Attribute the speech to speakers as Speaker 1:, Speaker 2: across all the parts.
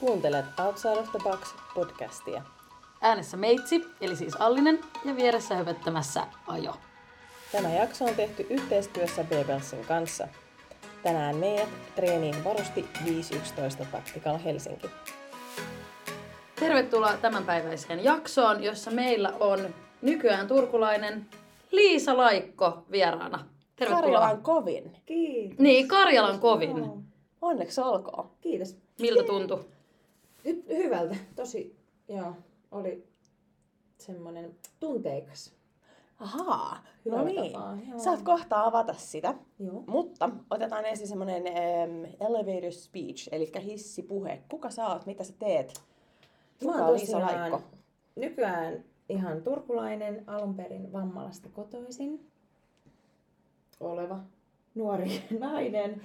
Speaker 1: Kuuntelet Outside of the Box podcastia.
Speaker 2: Äänessä meitsi, eli siis Allinen, ja vieressä höpöttämässä Ajo.
Speaker 1: Tämä jakso on tehty yhteistyössä Bebelsin kanssa. Tänään meidät treeniin varusti 511 Tactical Helsinki.
Speaker 2: Tervetuloa tämänpäiväiseen jaksoon, jossa meillä on nykyään turkulainen Liisa Laikko vieraana. Tervetuloa.
Speaker 3: Karjalan kovin.
Speaker 4: Kiitos.
Speaker 2: Niin, Karjalan kovin.
Speaker 4: Joo.
Speaker 3: Onneksi olkoon.
Speaker 4: Kiitos.
Speaker 2: Miltä tuntui?
Speaker 4: Hy- hyvältä. Tosi, joo, oli semmoinen tunteikas.
Speaker 3: Ahaa, no
Speaker 4: hyvällä
Speaker 3: niin.
Speaker 4: tapaa, joo.
Speaker 3: Saat kohta avata sitä,
Speaker 4: Joo.
Speaker 3: mutta otetaan ensin semmoinen um, elevator speech, eli hissipuhe. Kuka sä oot, mitä sä teet?
Speaker 4: Mä
Speaker 3: Kuka
Speaker 4: oon
Speaker 3: on Liisa
Speaker 4: tosiaan
Speaker 3: Laikko?
Speaker 4: Nykyään ihan turkulainen, alun perin vammalasta kotoisin oleva nuori nainen,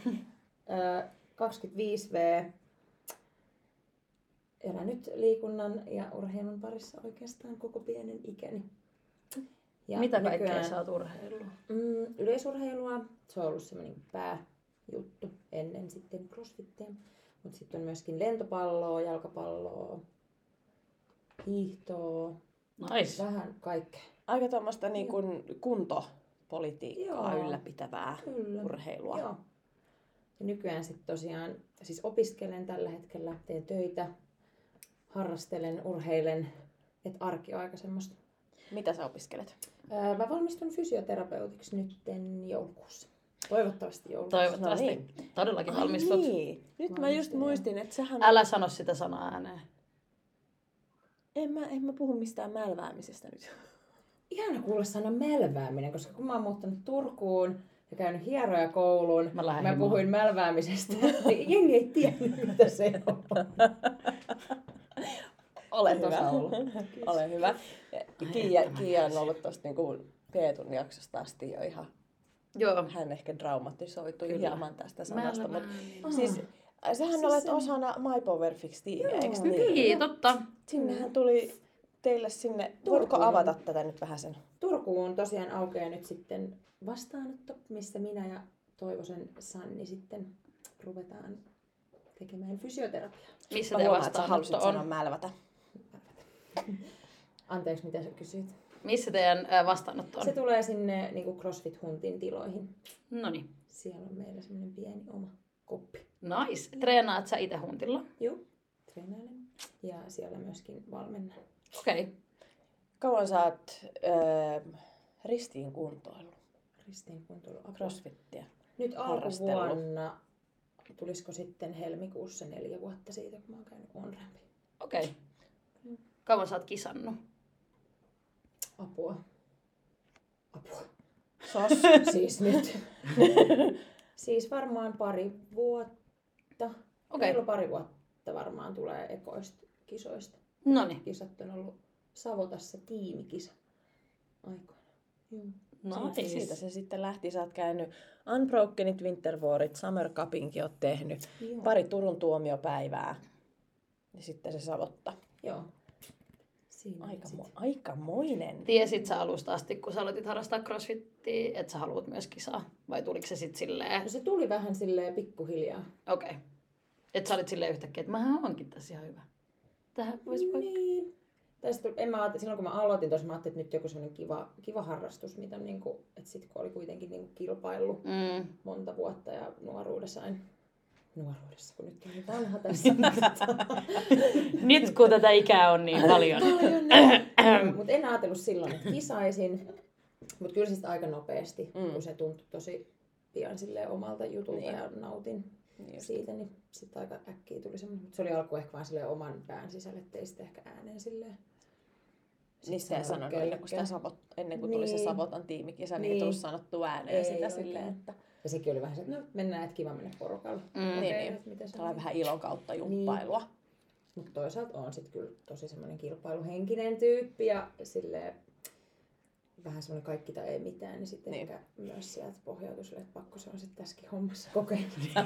Speaker 4: ö, 25V. Elän nyt liikunnan ja urheilun parissa oikeastaan koko pienen ikäni. Ja
Speaker 2: Mitä kaikkea
Speaker 4: nykyään-
Speaker 2: sä oot urheillut?
Speaker 4: Mm, yleisurheilua, se on ollut semmoinen pääjuttu ennen sitten crossfittiä. Mutta sitten on myöskin lentopalloa, jalkapalloa, hiihtoa,
Speaker 2: Nice.
Speaker 3: No,
Speaker 4: vähän kaikkea.
Speaker 3: Aika tuommoista niin kun, kuntopolitiikkaa
Speaker 4: Joo.
Speaker 3: ylläpitävää
Speaker 4: Kyllä.
Speaker 3: urheilua.
Speaker 4: Joo. Ja nykyään sitten tosiaan, siis opiskelen tällä hetkellä, teen töitä, harrastelen, urheilen, että arki on aika semmoista.
Speaker 3: Mitä sä opiskelet?
Speaker 4: Öö, mä valmistun fysioterapeutiksi nytten joulukuussa. Toivottavasti joulukuussa.
Speaker 2: Toivottavasti.
Speaker 3: No
Speaker 2: Todellakin
Speaker 3: Ai
Speaker 2: valmistut.
Speaker 3: niin. Nyt mä just
Speaker 4: Valmistelen.
Speaker 3: muistin, että sähän...
Speaker 2: Älä sano sitä sanaa ääneen.
Speaker 3: En mä, en mä puhu mistään mälväämisestä nyt.
Speaker 4: ihana kuulla sana mälvääminen, koska kun mä oon muuttanut Turkuun ja käynyt hieroja kouluun,
Speaker 2: Mä lähden
Speaker 4: mä
Speaker 2: himaan.
Speaker 4: puhuin mälväämisestä, niin jengi ei tiennyt, mitä se on.
Speaker 3: Ole
Speaker 4: Olet
Speaker 3: hyvä.
Speaker 4: osa ollut.
Speaker 3: Ole hyvä. Kiia, Kiia on ollut tuosta niinku Peetun jaksosta asti jo ihan,
Speaker 2: Joo.
Speaker 3: hän ehkä traumatisoitui
Speaker 2: Kyllä.
Speaker 3: hieman tästä sanasta. Mut,
Speaker 2: Mälvääminen.
Speaker 3: siis, äh, sähän
Speaker 4: Siis
Speaker 3: olet
Speaker 4: se-
Speaker 3: osana My Power Fix tiimiä, eikö
Speaker 4: Joo.
Speaker 3: niin?
Speaker 2: Niin, totta.
Speaker 3: Sinnehän tuli teille sinne. Voitko
Speaker 4: Turkuun.
Speaker 3: avata tätä nyt vähän sen?
Speaker 4: Turkuun tosiaan aukeaa nyt sitten vastaanotto, missä minä ja Toivosen Sanni sitten ruvetaan tekemään fysioterapiaa.
Speaker 2: Missä
Speaker 3: Mä
Speaker 2: te
Speaker 3: huomaan, että sä halusit
Speaker 2: vastaanotto
Speaker 3: sanoa
Speaker 2: on?
Speaker 3: mälvätä.
Speaker 4: Anteeksi, mitä sä kysyit?
Speaker 2: Missä teidän ö, vastaanotto on?
Speaker 4: Se tulee sinne niin kuin CrossFit Huntin tiloihin.
Speaker 2: Noniin.
Speaker 4: Siellä on meillä semmoinen pieni oma koppi.
Speaker 2: Nice. Treenaat sä itse huntilla?
Speaker 4: Joo, treenailen. Ja siellä myöskin valmennan.
Speaker 2: Okei. Okay.
Speaker 3: Kauan sä oot öö, ristiin kuntoilu,
Speaker 4: Ristiin kuntoiluapua.
Speaker 3: crossfittiä.
Speaker 4: Nyt
Speaker 3: harrastellut.
Speaker 4: alkuvuonna, tulisiko sitten helmikuussa neljä vuotta siitä, kun mä oon käynyt onrampi.
Speaker 2: Okei. Okay. Kauan sä oot kisannut?
Speaker 4: Apua. Apua.
Speaker 3: Sos.
Speaker 4: Siis nyt. siis varmaan pari vuotta.
Speaker 2: Okei.
Speaker 4: Reilu pari vuotta varmaan tulee ekoista kisoista.
Speaker 2: Noniin.
Speaker 4: Kisat on ollut Savotassa tiimikisa aikoina. Joo.
Speaker 3: Siitä, siitä
Speaker 2: Nice.
Speaker 3: se sitten lähti. Sä oot käynyt Unbrokenit, Wintervorit, Summer Cupinkin oot tehnyt.
Speaker 4: Joo.
Speaker 3: Pari Turun tuomiopäivää. Ja sitten se savotta.
Speaker 4: Joo. Siinä
Speaker 3: Aika,
Speaker 4: sit.
Speaker 3: aikamoinen.
Speaker 2: Tiesit sä alusta asti, kun sä aloitit harrastaa crossfittiä, että sä haluat myös kisaa? Vai tuliko se sitten silleen?
Speaker 4: No se tuli vähän silleen pikkuhiljaa.
Speaker 2: Okei. Okay. Että sä olit silleen yhtäkkiä, että mähän onkin tässä ihan hyvä. Tähän voisi vaikka...
Speaker 4: Niin. Tai sit, en mä, ajatte- silloin kun mä aloitin tuossa, mä ajattelin, että nyt joku semmoinen kiva, kiva harrastus, mitä niin kuin, että sit kun oli kuitenkin niin kuin kilpailu
Speaker 2: Mm.
Speaker 4: monta vuotta ja nuoruudessa aina nuoruudessa, kun nyt on niin vanha tässä.
Speaker 2: Nyt kun tätä ikää on niin paljon.
Speaker 4: Mutta en ajatellut silloin, että kisaisin. Mutta kyllä siis aika nopeasti,
Speaker 3: Mm.
Speaker 4: mm. kun se tuntui tosi pian silleen omalta jutulta niin. ja nautin
Speaker 3: Niin just.
Speaker 4: siitä, niin sitten aika äkkiä tuli semmoinen. Mutta se oli alku ehkä vaan silleen oman pään sisälle, ettei sitä ehkä ääneen silleen.
Speaker 3: Niin sitä ei
Speaker 4: sanonut
Speaker 3: sanonut ennen kuin, sitä
Speaker 4: kellekään.
Speaker 3: savot, ennen kuin tuli se
Speaker 4: Niin.
Speaker 3: Savotan tiimikisa, niin ei
Speaker 4: Niin.
Speaker 3: tullut sanottu ääneen
Speaker 4: Ei
Speaker 3: sitä
Speaker 4: oikein.
Speaker 3: silleen, että
Speaker 4: Ja sekin oli vähän se, että no mennään, että kiva mennä porukalla.
Speaker 2: Mm.
Speaker 3: Niin,
Speaker 4: Okei,
Speaker 3: niin.
Speaker 4: että mitä se
Speaker 3: tulee
Speaker 4: on.
Speaker 3: vähän ilon kautta jumppailua.
Speaker 4: Mutta toisaalta on sitten kyllä tosi semmoinen kilpailuhenkinen tyyppi ja silleen vähän semmoinen kaikki tai ei mitään, niin sitten
Speaker 3: Niin.
Speaker 4: niin. ehkä myös sieltä pohjautuu sille, että pakko se on sitten tässäkin hommassa kokeilla. Että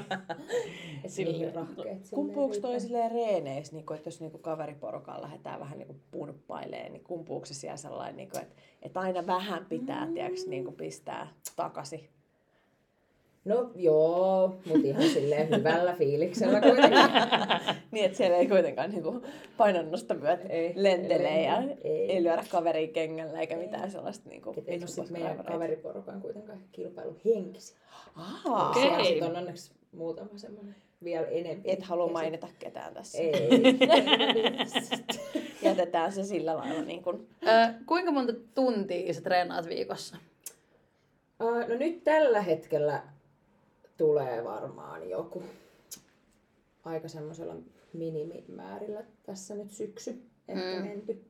Speaker 2: Silleen.
Speaker 4: niihin rahkeet silleen
Speaker 3: Kumpuuko
Speaker 4: riittää.
Speaker 3: No, toi silleen reeneissä, niin että jos niin kaveriporukalla lähdetään vähän niin punppailee, niin kumpuuko se siellä sellainen, niin että, että aina vähän pitää mm. tiiäks, niin pistää takaisin?
Speaker 4: No joo, mutta ihan silleen hyvällä fiiliksellä kuitenkin.
Speaker 3: niin, että siellä ei kuitenkaan niinku painonnosta myöt
Speaker 4: Ei,
Speaker 3: lentelee ja
Speaker 4: ei.
Speaker 3: ei lyödä kaveria kengällä eikä
Speaker 4: Ei.
Speaker 3: mitään sellaista. Niinku,
Speaker 4: Et en ole sit meidän
Speaker 3: vitkuposkaivareita.
Speaker 4: kaveriporukan kuitenkaan kilpailuhenkisiä.
Speaker 3: Aa,
Speaker 2: Okei.
Speaker 4: Siellä sit on onneksi muutama semmoinen vielä enemmän.
Speaker 3: Et halua mainita ketään tässä.
Speaker 4: Ei.
Speaker 3: Jätetään se sillä lailla. Niin kun...
Speaker 2: Ö, kuinka monta tuntia sä treenaat viikossa?
Speaker 4: Ää, no nyt tällä hetkellä tulee varmaan joku aika semmoisella minimimäärillä tässä nyt syksy ehkä
Speaker 2: Mm.
Speaker 4: mm. menty.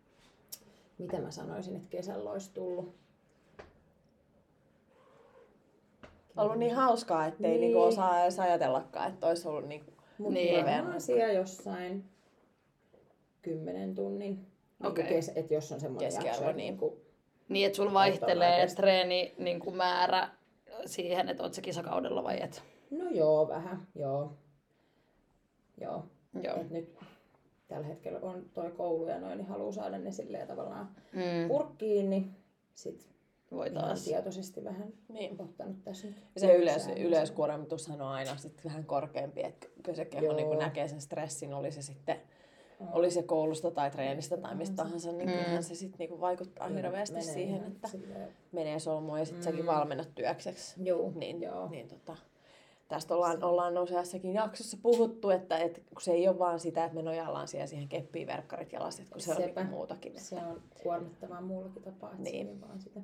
Speaker 4: Mitä mä sanoisin, että kesällä olisi tullut?
Speaker 3: ollut niin hauskaa, ettei
Speaker 4: Niin.
Speaker 3: niin. niinku osaa edes ajatellakaan, että olisi ollut niinku
Speaker 4: Mutta
Speaker 2: Niin.
Speaker 4: niin. varmaan siellä jossain 10 tunnin.
Speaker 2: Okei.
Speaker 4: Okay. Kes, et jos on semmoinen
Speaker 3: Keskiarvo,
Speaker 4: jakso, että
Speaker 3: niin.
Speaker 4: niinku,
Speaker 2: Niin, että sulla
Speaker 4: Ei
Speaker 2: vaihtelee
Speaker 4: todennäköisesti.
Speaker 2: treeni niin kuin määrä siihen, että oot sä kisakaudella vai et.
Speaker 4: no joo, vähän, joo. Joo,
Speaker 2: Joo.
Speaker 4: et nyt tällä hetkellä on toi koulu ja noin, niin haluaa saada ne silleen tavallaan
Speaker 2: Mm,
Speaker 4: purkkiin, niin sit
Speaker 2: voi
Speaker 4: ihan
Speaker 2: taas.
Speaker 4: tietoisesti vähän
Speaker 3: niin.
Speaker 4: ottanut tässä nyt.
Speaker 3: Ja se yleis,
Speaker 4: säännöksen.
Speaker 3: yleiskuormitushan on aina sit vähän korkeampi, että kyllä se keho
Speaker 4: Joo.
Speaker 3: niin näkee sen stressin, oli se sitten oli se koulusta tai treenistä tai mistä tahansa, niin
Speaker 2: Mm.
Speaker 3: kyllähän se sitten niinku vaikuttaa
Speaker 4: Kyllä,
Speaker 3: hirveästi
Speaker 4: menee
Speaker 3: siihen,
Speaker 4: ihan
Speaker 3: että
Speaker 4: silleen-
Speaker 3: menee solmuun ja sitten säkin
Speaker 4: Mm.
Speaker 3: valmennat työkseksi.
Speaker 4: Juu,
Speaker 3: Niin,
Speaker 4: joo.
Speaker 3: niin tota, tästä ollaan, ollaan useassakin jaksossa puhuttu, että et, kun se ei ole vaan sitä, että me nojallaan siihen, siihen keppiin verkkarit ja lasit, kun se on
Speaker 4: Sepä.
Speaker 3: niinku muutakin.
Speaker 4: Se on kuormittavaa muullakin tapaa, että
Speaker 3: Niin.
Speaker 4: niin. se ei vaan sitä.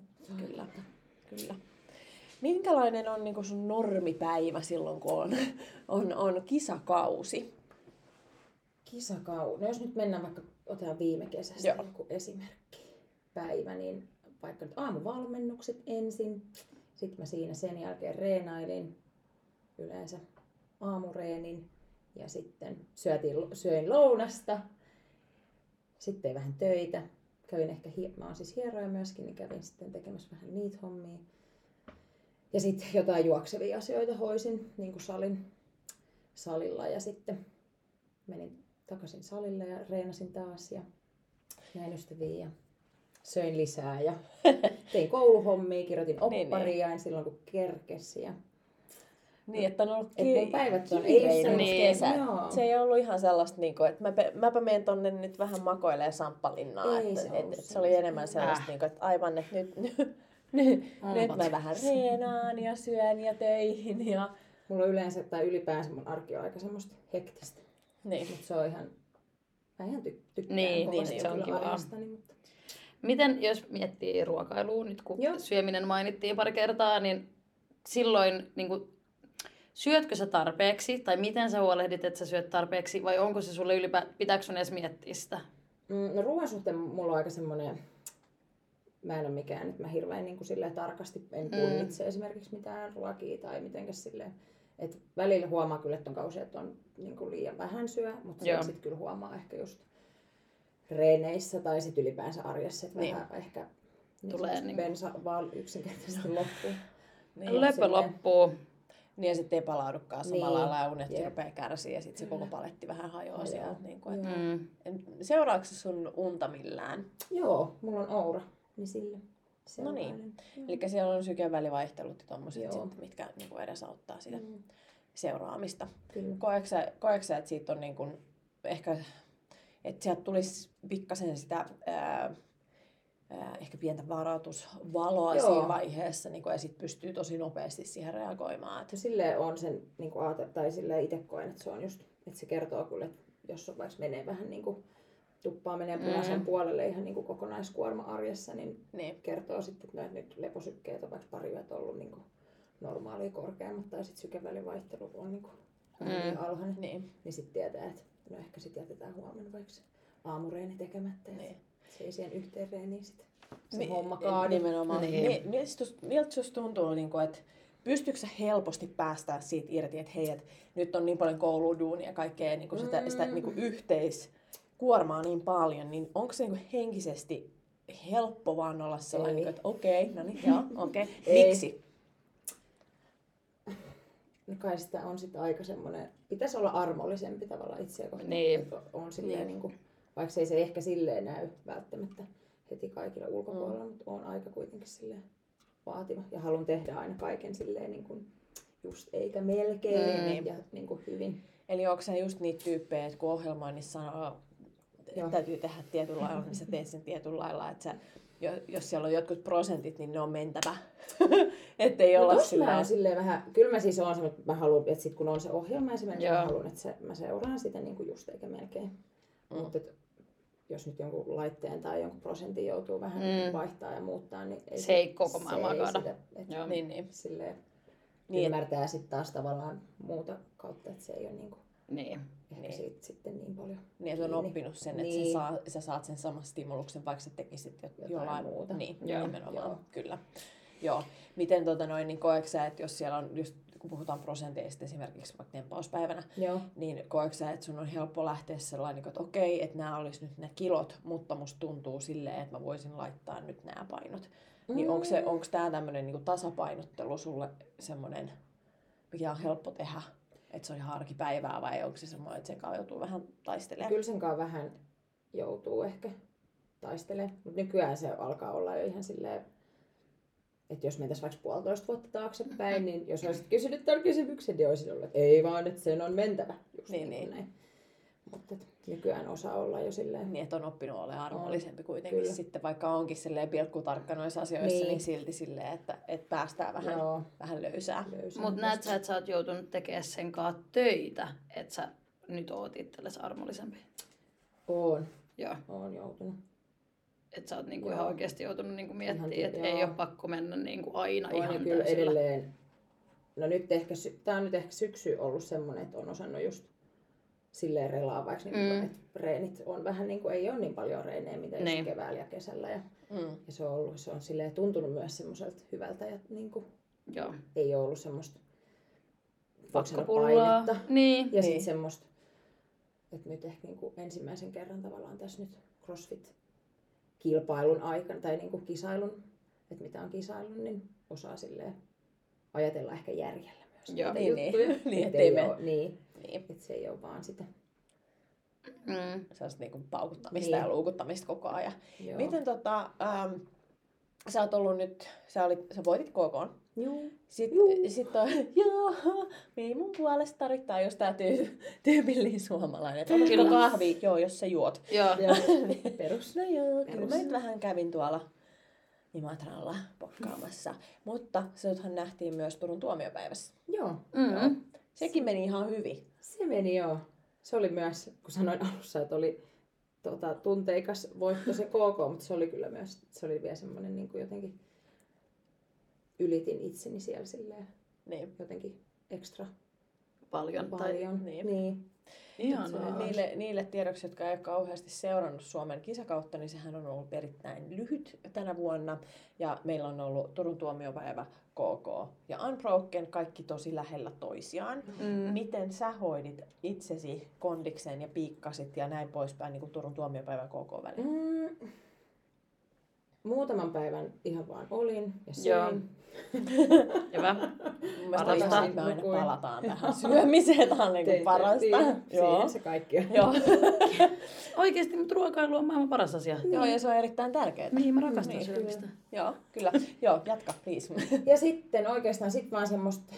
Speaker 3: Kyllä,
Speaker 4: tota.
Speaker 3: kyllä. Minkälainen on niin sun normipäivä silloin, kun on, on, on kisakausi?
Speaker 4: Kisakau. No jos nyt mennään vaikka, otetaan viime kesästä
Speaker 3: Joo.
Speaker 4: joku esimerkki päivä, niin vaikka nyt aamuvalmennukset ensin, sitten mä siinä sen jälkeen reenailin yleensä aamureenin ja sitten syötin, syöin lounasta, sitten vähän töitä, kävin ehkä, hie- mä oon siis hieroja myöskin, niin kävin sitten tekemässä vähän niitä hommia. Ja sitten jotain juoksevia asioita hoisin, niin kuin salin, salilla ja sitten menin takaisin salille ja reenasin taas ja näin ystäviä ja söin lisää ja tein kouluhommia, kirjoitin
Speaker 3: niin.
Speaker 4: opparia niin. silloin kun kerkesi. Ja...
Speaker 3: Niin, että on ollut
Speaker 4: Et mun päivät on
Speaker 3: kiireinen
Speaker 4: ei
Speaker 2: niin.
Speaker 3: kesä.
Speaker 4: Joo.
Speaker 3: Se ei ollut ihan sellaista, niin kuin, että mä, mäpä menen tonne nyt vähän makoilee samppalinnaa.
Speaker 4: Ei
Speaker 3: että,
Speaker 4: se
Speaker 3: se,
Speaker 4: ollut
Speaker 3: et, et, se oli enemmän sellaista,
Speaker 2: Äh.
Speaker 3: niin kuin, että aivan, että nyt, nyt, nyt, nyt mä vähän reenaan ja syön ja töihin. Ja,
Speaker 4: Mulla on yleensä tai ylipäänsä mun arki on aika semmoista hektistä,
Speaker 3: niin.
Speaker 4: mutta se on ihan, mä ihan tyk- tykkään
Speaker 2: Niin,
Speaker 4: kovasti
Speaker 2: niin, se on
Speaker 4: kyllä
Speaker 2: kivaa.
Speaker 4: arjestani, mutta
Speaker 2: Miten, jos miettii ruokailua, nyt kun Joo.
Speaker 4: Joo.
Speaker 2: syöminen mainittiin pari kertaa, niin silloin niin kuin, syötkö sä tarpeeksi, tai miten sä huolehdit, että sä syöt tarpeeksi, vai onko se sulle ylipä, pitääkö sun edes miettiä sitä?
Speaker 4: Mm, No ruoan suhteen mulla on aika semmoinen, mä en ole mikään, että mä hirveän niin kuin silleen tarkasti en punnitse mm. esimerkiksi mitään ruokia tai mitenkäs silleen. Et välillä huomaa kyllä, että on kausia, että on niin kuin liian vähän syö, mutta
Speaker 2: Joo.
Speaker 4: sen sitten kyllä huomaa ehkä just reeneissä tai sitten ylipäänsä arjessa, että
Speaker 3: Niin.
Speaker 4: niin. vähän ehkä
Speaker 2: Tulee
Speaker 4: niin
Speaker 2: niinku- No.
Speaker 4: niin. bensa vaan yksinkertaisesti loppuu.
Speaker 3: Niin,
Speaker 2: Löpö
Speaker 4: silleen.
Speaker 2: loppuu.
Speaker 3: niin ja sitten ei palaudukaan samalla
Speaker 4: Niin.
Speaker 3: niin. lailla, unet
Speaker 4: Jep.
Speaker 3: yep. rupeaa kärsiä ja sitten se koko paletti vähän hajoaa
Speaker 4: Hajoaa.
Speaker 3: sieltä. Niin kuin,
Speaker 4: Joo.
Speaker 2: Mm.
Speaker 3: En- Seuraatko sä sun unta millään?
Speaker 4: Joo, mulla on Oura, niin sillä.
Speaker 3: No niin.
Speaker 4: sellainen. Joo.
Speaker 3: Eli siellä on syken välivaihtelut ja tommoset,
Speaker 4: Joo.
Speaker 3: sit, mitkä niin kuin edesauttaa sitä
Speaker 4: Mm,
Speaker 3: seuraamista.
Speaker 4: Kyllä.
Speaker 3: Koetko sä, koetko sä, että siitä on niin kuin, ehkä, että sieltä tulisi pikkasen sitä ää, ää, ehkä pientä varoitusvaloa
Speaker 4: Joo.
Speaker 3: siinä vaiheessa niin kuin, ja sitten pystyy tosi nopeasti siihen reagoimaan.
Speaker 4: Se
Speaker 3: Että,
Speaker 4: silleen on sen, niin kuin aate, tai silleen itse koen, että se on just, että se kertoo kyllä, että jos on vaikka menee vähän niin kuin tuppaa menee punaisen
Speaker 2: Mm.
Speaker 4: mm. puolelle ihan niin kuin kokonaiskuorma arjessa, niin
Speaker 3: niin.
Speaker 4: kertoo sitten, että no, että nyt leposykkeet on vaikka pari yöt ollut niin kuin normaalia korkeammat tai sitten sykevälin vaihtelu on niin kuin
Speaker 2: Mm.
Speaker 4: mm. alhainen, niin,
Speaker 3: Niin,
Speaker 4: niin sitten tietää, että no ehkä sitten jätetään huomenna vaikka se aamureeni tekemättä. Ja
Speaker 3: niin.
Speaker 4: Se ei siihen yhteen reeniin sitten se
Speaker 3: Ni-
Speaker 4: homma kaadu.
Speaker 3: Nimenomaan.
Speaker 2: Niin.
Speaker 3: Niin. Miltä sus- miltä susta tuntuu, niin kuin, että pystyykö sä helposti päästää siitä irti, että hei, et nyt on niin paljon kouluduunia ja kaikkea niin kuin sitä, mm. sitä
Speaker 4: Mm.
Speaker 3: niin kuin yhteiskuormaa niin paljon, niin onko se niin kuin henkisesti helppo vaan olla sellainen,
Speaker 4: Ei.
Speaker 3: niin kuin, että okei, no niin, joo, okei.
Speaker 4: Ei.
Speaker 3: Miksi?
Speaker 4: No kai sitä on sitten aika semmoinen, pitäisi olla armollisempi tavalla itseä kohtaan.
Speaker 2: Niin.
Speaker 4: Että On silleen
Speaker 3: Niin.
Speaker 4: niin. kuin, vaikka se ei se ehkä silleen näy välttämättä heti kaikilla ulkopuolella, mm. mutta on aika kuitenkin silleen vaativa. Ja haluan tehdä aina kaiken silleen niin kuin just niinku, eikä melkein
Speaker 2: Mm.
Speaker 4: mm. ja niin kuin hyvin.
Speaker 3: Eli onko se just niitä tyyppejä, että kun ohjelmoinnissa sanoo, että
Speaker 4: Joo.
Speaker 3: täytyy tehdä tietyllä lailla, niin sä teet sen tietyllä lailla, että sä, jo- jos siellä on jotkut prosentit, niin ne on mentävä. että ei
Speaker 4: No
Speaker 3: olla
Speaker 4: tossa mä
Speaker 3: sillä
Speaker 4: oon silleen vähän, kyllä mä siis oon se, että mä haluan, että sit kun on se ohjelma esimerkiksi, niin mä
Speaker 2: Joo.
Speaker 4: haluan, että se, mä seuraan sitä niin kuin just eikä melkein.
Speaker 3: Mm.
Speaker 4: Mm. Mutta jos nyt jonkun laitteen tai jonkun prosentin joutuu vähän
Speaker 2: Mm.
Speaker 4: mm. vaihtaa ja muuttaa, niin ei
Speaker 2: Se ei koko maailmaa
Speaker 4: ei
Speaker 2: kaada.
Speaker 4: sitä, et
Speaker 2: Joo.
Speaker 3: Niin, niin.
Speaker 4: Silleen
Speaker 3: Niin,
Speaker 4: niin,
Speaker 3: et-
Speaker 4: ymmärtää sitten taas tavallaan muuta kautta, että se ei ole niin kuin,
Speaker 2: Niin.
Speaker 4: ehkä
Speaker 3: Niin.
Speaker 4: niin. siitä sitten niin paljon.
Speaker 3: Niin, että on
Speaker 4: Niin.
Speaker 3: oppinut sen, että sä,
Speaker 4: Niin.
Speaker 3: saa, sä saat sen saman stimuluksen, vaikka sä tekisit jo,
Speaker 4: Jotain
Speaker 3: jollain
Speaker 4: muuta.
Speaker 3: Niin,
Speaker 2: Joo.
Speaker 3: nimenomaan,
Speaker 4: Joo.
Speaker 3: kyllä. Joo. Miten tota noin, niin koetko sä, että jos siellä on, just, kun puhutaan prosenteista esimerkiksi vaikka tempauspäivänä,
Speaker 4: Joo.
Speaker 3: niin koetko sä, että sun on helppo lähteä sellainen, niin että okei, että nämä olisi nyt ne kilot, mutta musta tuntuu silleen, että mä voisin laittaa nyt nämä painot. Niin onko,
Speaker 4: Mm.
Speaker 3: se, onko tämä tämmöinen niin tasapainottelu sulle semmoinen, mikä on helppo tehdä? Että se on ihan arkipäivää vai onko se semmoinen, että sen kanssa joutuu vähän taistelemaan?
Speaker 4: Kyllä sen kanssa vähän joutuu ehkä taistelemaan, mutta nykyään se alkaa olla jo ihan silleen, että jos mentäisiin vaikka puolitoista vuotta taaksepäin, niin jos olisit kysynyt tämän kysymyksen, niin olisin ollut, että ei vaan, että sen on mentävä. Just
Speaker 3: Niin,
Speaker 4: niin,
Speaker 3: niin.
Speaker 4: niin. Näin. Mutta et nykyään osaa olla jo silleen.
Speaker 3: Niin, että on oppinut olemaan armollisempi kuitenkin
Speaker 4: kyllä.
Speaker 3: sitten, vaikka onkin silleen pilkkutarkka noissa asioissa, niin,
Speaker 4: Niin.
Speaker 3: niin silti silleen, että, että päästään vähän,
Speaker 4: Joo,
Speaker 3: vähän löysää.
Speaker 4: löysää
Speaker 2: Mutta näet
Speaker 4: tästä.
Speaker 2: sä, että sä oot joutunut tekemään sen kanssa töitä, että sä nyt oot itsellesi armollisempi.
Speaker 4: Oon,
Speaker 2: Joo.
Speaker 4: oon joutunut.
Speaker 2: Että sä oot niinku
Speaker 4: Joo.
Speaker 2: ihan oikeasti joutunut niinku miettimään,
Speaker 4: Ihan
Speaker 2: että
Speaker 4: ty-
Speaker 2: ei
Speaker 4: joo.
Speaker 2: ole pakko mennä niinku aina
Speaker 4: on ja
Speaker 2: ihan
Speaker 4: kyllä
Speaker 2: täysillä.
Speaker 4: edelleen. No nyt ehkä, tämä on nyt ehkä syksy ollut semmoinen, että on osannut just silleen relaa, vaikka niin
Speaker 2: Mm.
Speaker 4: mm. että reenit on vähän niin kuin, ei ole niin paljon reenejä, mitä
Speaker 2: Niin.
Speaker 4: niin. keväällä ja kesällä. Ja,
Speaker 3: Mm.
Speaker 4: ja se on ollut, se on silleen tuntunut myös semmoiselta hyvältä ja niin kuin,
Speaker 2: Joo.
Speaker 4: ei ole ollut semmoista voiko sanoa,
Speaker 2: Pakkopullaa.
Speaker 4: painetta.
Speaker 2: Niin.
Speaker 4: Ja
Speaker 3: Niin.
Speaker 4: sitten semmoista, että nyt ehkä niin kuin ensimmäisen kerran tavallaan tässä nyt CrossFit-kilpailun aikana tai niin kuin kisailun, että mitä on kisailun, niin osaa silleen ajatella ehkä järjellä myös.
Speaker 2: Joo.
Speaker 3: Niin,
Speaker 4: niitä
Speaker 3: niin.
Speaker 4: juttuja.
Speaker 3: Niin,
Speaker 4: Et
Speaker 3: ettei
Speaker 4: ei
Speaker 3: mene.
Speaker 4: oo- Niin,
Speaker 3: Niin,
Speaker 4: että se ei ole vaan sitä.
Speaker 2: Mm.
Speaker 3: sellaista niin kuin paukuttamista
Speaker 4: Niin.
Speaker 3: ja luukuttamista koko ajan.
Speaker 4: Joo.
Speaker 3: Miten tota, ähm, sä oot ollut nyt, sä, olit, sä voitit KK.
Speaker 4: Juu.
Speaker 3: Sitten sit on, joo, ei mun puolesta tarvittaa just tää tyy, tyypillinen suomalainen. Että otatko
Speaker 2: Kyllä.
Speaker 3: kahvi? Joo, jos sä juot.
Speaker 2: Joo.
Speaker 4: Ja perus.
Speaker 3: No joo, kyllä mä
Speaker 4: Perus.
Speaker 3: nyt vähän kävin tuolla Imatralla pokkaamassa. Mutta sinuthan nähtiin myös Turun tuomiopäivässä.
Speaker 4: Joo,
Speaker 3: Joo.
Speaker 2: Mm.
Speaker 3: Sekin meni ihan hyvin.
Speaker 4: se meni joo. Se oli myös, kun sanoin alussa, että oli tota, tunteikas voitto se KK, mutta se oli kyllä myös, se oli vielä semmoinen niin kuin jotenkin ylitin itseni siellä silleen
Speaker 3: Niin.
Speaker 4: jotenkin ekstra
Speaker 2: Paljon. Tai...
Speaker 4: paljon.
Speaker 3: niin.
Speaker 4: niin.
Speaker 2: Ihanaa.
Speaker 4: Niin.
Speaker 3: no Niille, niille tiedoksi, jotka ei ole kauheasti seurannut Suomen kisakautta, niin sehän on ollut erittäin lyhyt tänä vuonna. Ja meillä on ollut Turun tuomiopäivä, KK ja Unbroken, kaikki tosi lähellä toisiaan.
Speaker 2: Mm.
Speaker 3: Miten sä hoidit itsesi kondikseen ja piikkasit ja näin poispäin niin kuin Turun tuomiopäivän KK väliin?
Speaker 4: Mm. Muutaman päivän ihan vaan olin ja
Speaker 2: Joo.
Speaker 3: niin
Speaker 4: söin.
Speaker 2: Hyvä.
Speaker 3: Mun mielestä
Speaker 2: Mm. Parasta. Niin,
Speaker 3: ihan, me aina
Speaker 4: Lukuin.
Speaker 3: palataan tähän syömiseen, tämä on
Speaker 4: Tein
Speaker 3: niinku parasta.
Speaker 4: tehtiin. Siinä
Speaker 2: siis-
Speaker 3: Joo.
Speaker 4: se kaikki on.
Speaker 3: Joo.
Speaker 2: Oikeasti, mutta ruokailu on maailman paras asia.
Speaker 3: Joo, ja se on erittäin tärkeää.
Speaker 2: Niin, mä rakastan
Speaker 3: Niin,
Speaker 2: niin, syömistä.
Speaker 3: Joo, kyllä. Joo, jatka, please.
Speaker 4: Ja sitten oikeastaan sit vaan semmoista,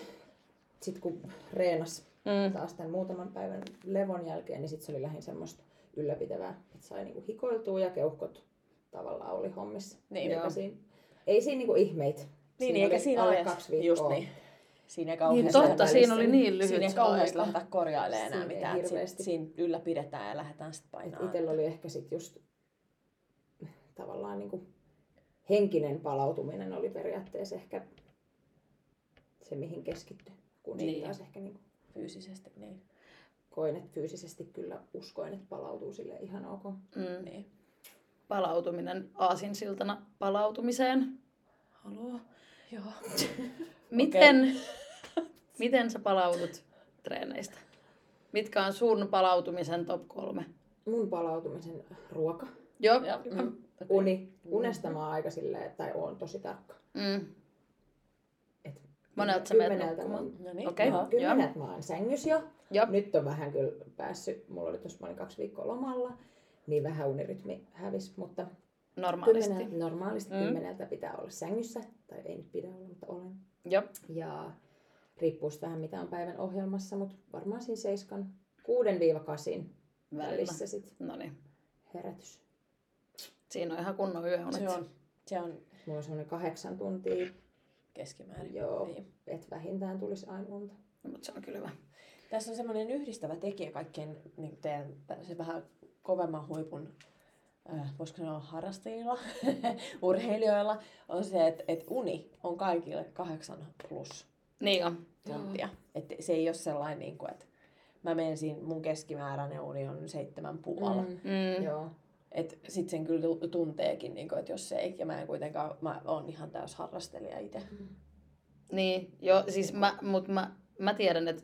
Speaker 4: sit kun reenas
Speaker 2: Mm.
Speaker 4: taas tämän muutaman päivän levon jälkeen, niin sit se oli lähin semmoista ylläpitävää, että sai niinku hikoiltua ja keuhkot tavallaan oli hommissa.
Speaker 3: Niin.
Speaker 4: Eikä
Speaker 3: Joo.
Speaker 4: siinä, ei siinä niinku ihmeitä.
Speaker 3: Niin, eikä
Speaker 4: oli
Speaker 3: siinä
Speaker 4: alle
Speaker 3: ole.
Speaker 4: kaksi
Speaker 3: Just
Speaker 4: viikkoa.
Speaker 3: niin. Siinä ei
Speaker 2: Niin,
Speaker 3: kauheasti
Speaker 2: totta,
Speaker 3: lähteä-
Speaker 2: siinä oli niin lyhyt
Speaker 3: Siinä ei
Speaker 2: se
Speaker 3: kauheasti
Speaker 2: aika.
Speaker 3: lähteä korjailemaan enää
Speaker 4: Siinä ei
Speaker 3: mitään. että sit-
Speaker 4: hirveästi.
Speaker 3: Siinä ylläpidetään ja lähdetään sitten
Speaker 4: Et
Speaker 3: painamaan.
Speaker 4: itsellä oli ehkä sit just tavallaan niinku henkinen palautuminen oli periaatteessa ehkä se, mihin keskittyi. Kun niin.
Speaker 2: Niin.
Speaker 4: taas ehkä niinku
Speaker 3: Fyysisesti, niin.
Speaker 4: koin, että fyysisesti kyllä uskoin, että palautuu sille ihan ok.
Speaker 2: Mm.
Speaker 3: niin.
Speaker 2: Palautuminen aasinsiltana palautumiseen. Haloo.
Speaker 3: Joo.
Speaker 2: Miten, miten sä palaudut treeneistä? Mitkä on sun palautumisen top kolme?
Speaker 4: Mun palautumisen ruoka,
Speaker 2: Joo.
Speaker 3: Joo.
Speaker 2: Mm.
Speaker 4: uni, unesta mä oon aika silleen, tai oon tosi tarkka.
Speaker 2: Mm.
Speaker 4: Et
Speaker 2: Monelta sä menet
Speaker 4: kymmeneltä mä
Speaker 2: nukkumaan?
Speaker 4: oon-
Speaker 3: No niin.
Speaker 2: Okei.
Speaker 3: joo.
Speaker 4: no, kymmeneltä mä oon sängys jo.
Speaker 2: Joo.
Speaker 4: Nyt on vähän kyllä päässyt, mulla oli tuossa, mä olin kaksi viikkoa lomalla, niin vähän unirytmi hävis, mutta
Speaker 2: Normaalisti.
Speaker 4: kymmeneltä, normaalisti
Speaker 2: Mm.
Speaker 4: kymmeneltä pitää olla sängyssä, tai ei nyt pidä olla, mutta olen.
Speaker 2: Joo.
Speaker 4: Ja Riippuu sit vähän mitä on päivän ohjelmassa, mutta varmaan siinä seiskan 6-8
Speaker 2: välillä.
Speaker 4: välissä sit
Speaker 2: No niin,
Speaker 4: herätys.
Speaker 2: siinä on ihan kunnon yöunet.
Speaker 3: Se on, se on
Speaker 4: Mulla on semmoinen kahdeksan tuntia,
Speaker 3: keskimäärin.
Speaker 4: Joo.
Speaker 3: Niin.
Speaker 4: että vähintään tulisi aina unta.
Speaker 2: No, mutta se on kyllä hyvä.
Speaker 3: Tässä on semmoinen yhdistävä tekijä kaikkien niin teidän se vähän kovemman huipun, äh, voisiko sanoa harrastajilla, urheilijoilla, on se, että, että uni on kaikille kahdeksan plus.
Speaker 2: Niin on.
Speaker 3: tuntia. Että se ei ole sellainen, niin kuin, että mä menen siinä, mun keskimääräinen uni on seitsemän puolella. Mm.
Speaker 2: Mm.
Speaker 4: Joo.
Speaker 3: Että sit sen kyllä tu- tunteekin, niin kuin, että jos ei, ja mä en kuitenkaan, mä oon ihan täys harrastelija itse.
Speaker 2: Niin, joo, siis mä, mut mä, mä tiedän, että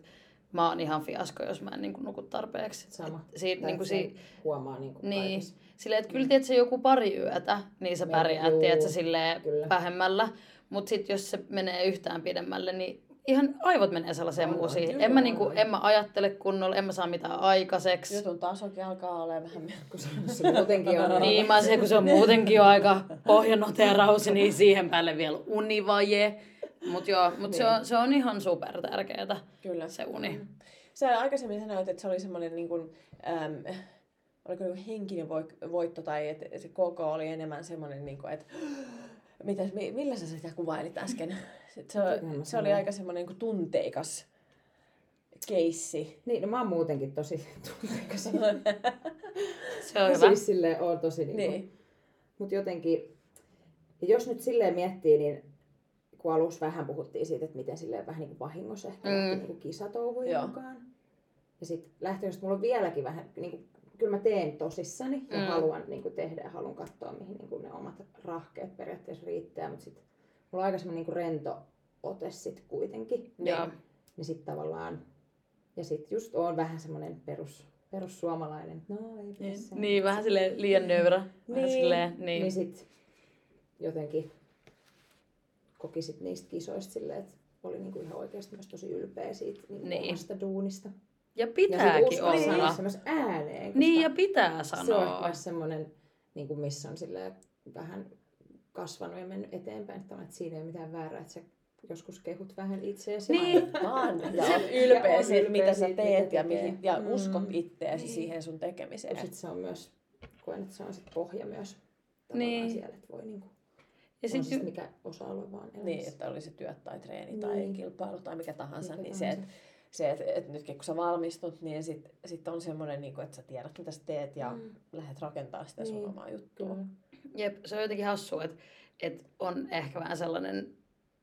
Speaker 2: mä oon ihan fiasko, jos mä en niin nuku tarpeeksi.
Speaker 4: Sama.
Speaker 2: Et Si, niin kuin si,
Speaker 4: huomaa niin kuin
Speaker 2: niin, silleen, että kyllä tiedät, se joku pari yötä, niin sä
Speaker 4: Joo,
Speaker 2: pärjäät,
Speaker 4: juu,
Speaker 2: tiedät, sä silleen
Speaker 4: kyllä.
Speaker 2: vähemmällä. Mutta sitten jos se menee yhtään pidemmälle, niin ihan aivot menee sellaiseen
Speaker 4: On, on,
Speaker 2: muusiin.
Speaker 4: joo,
Speaker 2: En mä,
Speaker 4: joo,
Speaker 2: niinku,
Speaker 4: on.
Speaker 2: en mä ajattele kunnolla, en mä saa mitään aikaiseksi.
Speaker 3: Jutun tasokin alkaa olemaan vähän
Speaker 4: Kun se, se muutenkin on
Speaker 2: Niin, mä se, kun se on muutenkin jo aika pohjanoteeraus, niin siihen päälle vielä univaje. Mutta joo, mut se, on, se on ihan super tärkeää
Speaker 3: Kyllä. Mm.
Speaker 2: se uni.
Speaker 3: Sä aikaisemmin sanoit, että se oli semmoinen niin kuin, äm, oliko joku henkinen voik- voitto tai että se koko oli enemmän semmoinen, niin kuin, että mitäs, mi- millä sä sitä kuvailit äsken? Se, se,
Speaker 4: Kyllä mä
Speaker 3: se oli
Speaker 4: sanoin.
Speaker 3: aika semmoinen niin kuin tunteikas keissi.
Speaker 4: Niin, no mä oon muutenkin tosi tunteikas.
Speaker 2: Se on hyvä.
Speaker 4: siis silleen oon tosi niin. niin.
Speaker 3: niin.
Speaker 4: Mutta jotenkin, ja jos nyt silleen miettii, niin kun aluksi vähän puhuttiin siitä, että miten silleen vähän niin kuin vahingossa ehkä
Speaker 2: Mm.
Speaker 4: mm. lähti niin kisatouhuihin
Speaker 3: Joo.
Speaker 4: mukaan. Ja sitten lähtökohtaisesti mulla on vieläkin vähän, niin kuin, kyllä mä teen tosissani ja
Speaker 2: Mm.
Speaker 4: mm. haluan niin kuin tehdä ja haluan katsoa, mihin niin kuin ne omat rahkeet periaatteessa riittää. Mutta sitten mulla on aika semmoinen niin kuin rento ote sitten kuitenkin.
Speaker 2: Joo.
Speaker 4: Niin sitten tavallaan, ja sitten just on vähän semmoinen perus, perussuomalainen, että no ei
Speaker 3: Niin.
Speaker 4: tässä.
Speaker 2: Niin, vähän silleen liian nöyrä. Vähän
Speaker 3: Niin.
Speaker 2: silleen,
Speaker 4: niin.
Speaker 2: niin.
Speaker 4: niin sit jotenkin kokisit niistä kisoista silleen, että oli niinku ihan oikeasti myös tosi ylpeä siitä niinku
Speaker 2: Niin.
Speaker 4: niin. omasta duunista.
Speaker 2: Ja
Speaker 4: ja
Speaker 2: pitääkin
Speaker 4: sit Niin. uskoi
Speaker 2: olla.
Speaker 4: niissä myös ääneen, koska
Speaker 2: Niin, ja pitää
Speaker 4: se on
Speaker 2: sanoa.
Speaker 4: myös semmoinen, niinku, missä on silleen vähän kasvanut ja mennyt eteenpäin, että, on, että siinä ei ole mitään väärää, että sä joskus kehut vähän itseäsi.
Speaker 2: Niin.
Speaker 3: Vaan, ja
Speaker 4: Se-
Speaker 3: on ylpeä
Speaker 4: ja on
Speaker 3: siitä,
Speaker 4: ylpeä
Speaker 3: mitä sä
Speaker 4: siitä,
Speaker 3: teet
Speaker 4: mitä
Speaker 3: ja,
Speaker 4: tekee.
Speaker 3: mihin, ja
Speaker 4: Mm.
Speaker 3: uskot itteesi
Speaker 4: Niin.
Speaker 3: siihen sun
Speaker 4: Ja
Speaker 3: tekemiseen.
Speaker 4: sit se on myös, koen, että se on sit pohja myös tavallaan
Speaker 2: Niin.
Speaker 4: niin. siellä, että voi niinku,
Speaker 2: Ja
Speaker 4: on
Speaker 2: sit,
Speaker 4: siis mikä osa-alue vaan elämässä.
Speaker 3: Niin, että oli se työt tai treeni tai
Speaker 4: Niin.
Speaker 3: kilpailu tai mikä tahansa,
Speaker 4: Mikä
Speaker 3: niin se,
Speaker 4: tahansa.
Speaker 3: että se, että et nytkin kun sä valmistut, niin sit, sit on semmoinen, niin että sä tiedät mitä sä teet ja mm.
Speaker 4: Mm.
Speaker 3: lähdet rakentaa sitä sun
Speaker 4: Niin,
Speaker 3: omaa juttua.
Speaker 4: Kyllä.
Speaker 2: Jep, se on jotenkin hassua, että, että on ehkä vähän sellainen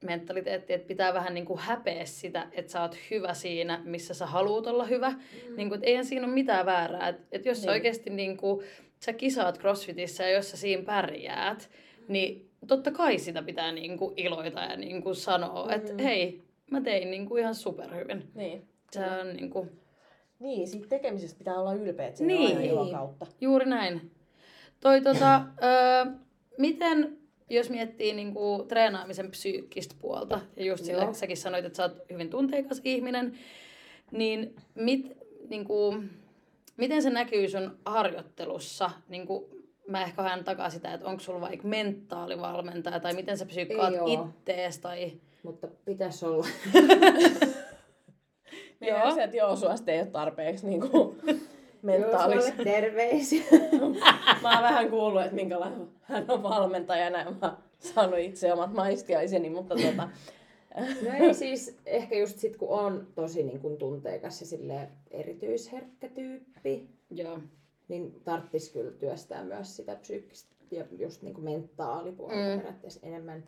Speaker 2: mentaliteetti, että pitää vähän niin kuin häpeä sitä, että sä oot hyvä siinä, missä sä haluut olla hyvä. Mm. Niin kuin, että eihän siinä ole mitään väärää. Että, että jos niin.
Speaker 3: Niin.
Speaker 2: sä oikeasti niin kuin, sä kisaat crossfitissä ja jos sä siinä pärjäät, niin totta kai sitä pitää niin kuin iloita ja niin kuin sanoa, mm. että hei, mä tein niin kuin ihan superhyvin.
Speaker 3: Niin.
Speaker 2: Se on niin kuin,
Speaker 3: Niin, siitä tekemisestä pitää olla ylpeä, että se niin.
Speaker 2: Niin.
Speaker 3: on aina ilon
Speaker 4: Niin.
Speaker 3: kautta.
Speaker 2: Juuri näin. Toi, tota, ö, miten, jos miettii niinku, treenaamisen psyykkistä puolta, ja just sillä,
Speaker 4: Joo.
Speaker 2: kun säkin sanoit, että sä oot hyvin tunteikas ihminen, niin mit, niinku, miten se näkyy sun harjoittelussa? Niinku, mä ehkä haen takaa sitä, että onko sulla vaikka mentaalivalmentaja, tai miten sä psyykkaat
Speaker 4: Ei oo.
Speaker 2: ittees, tai...
Speaker 4: Mutta pitäisi olla.
Speaker 3: Meidän
Speaker 2: Joo.
Speaker 3: joo. se, että Joosuasta ei ole tarpeeksi niin kuin, mentaalista.
Speaker 4: Joosualle terveisiä.
Speaker 3: Mä oon vähän kuullut, että minkälainen hän on valmentajana ja mä oon saanut itse omat maistiaiseni, mutta tota,
Speaker 4: No ei siis, ehkä just sit kun on tosi niin kun tunteikas ja silleen erityisherkkä tyyppi,
Speaker 2: Joo.
Speaker 4: niin tarttis kyllä työstää myös sitä psyykkistä ja just niin kuin mentaalipuolta
Speaker 2: Mm.
Speaker 4: mm. periaatteessa enemmän.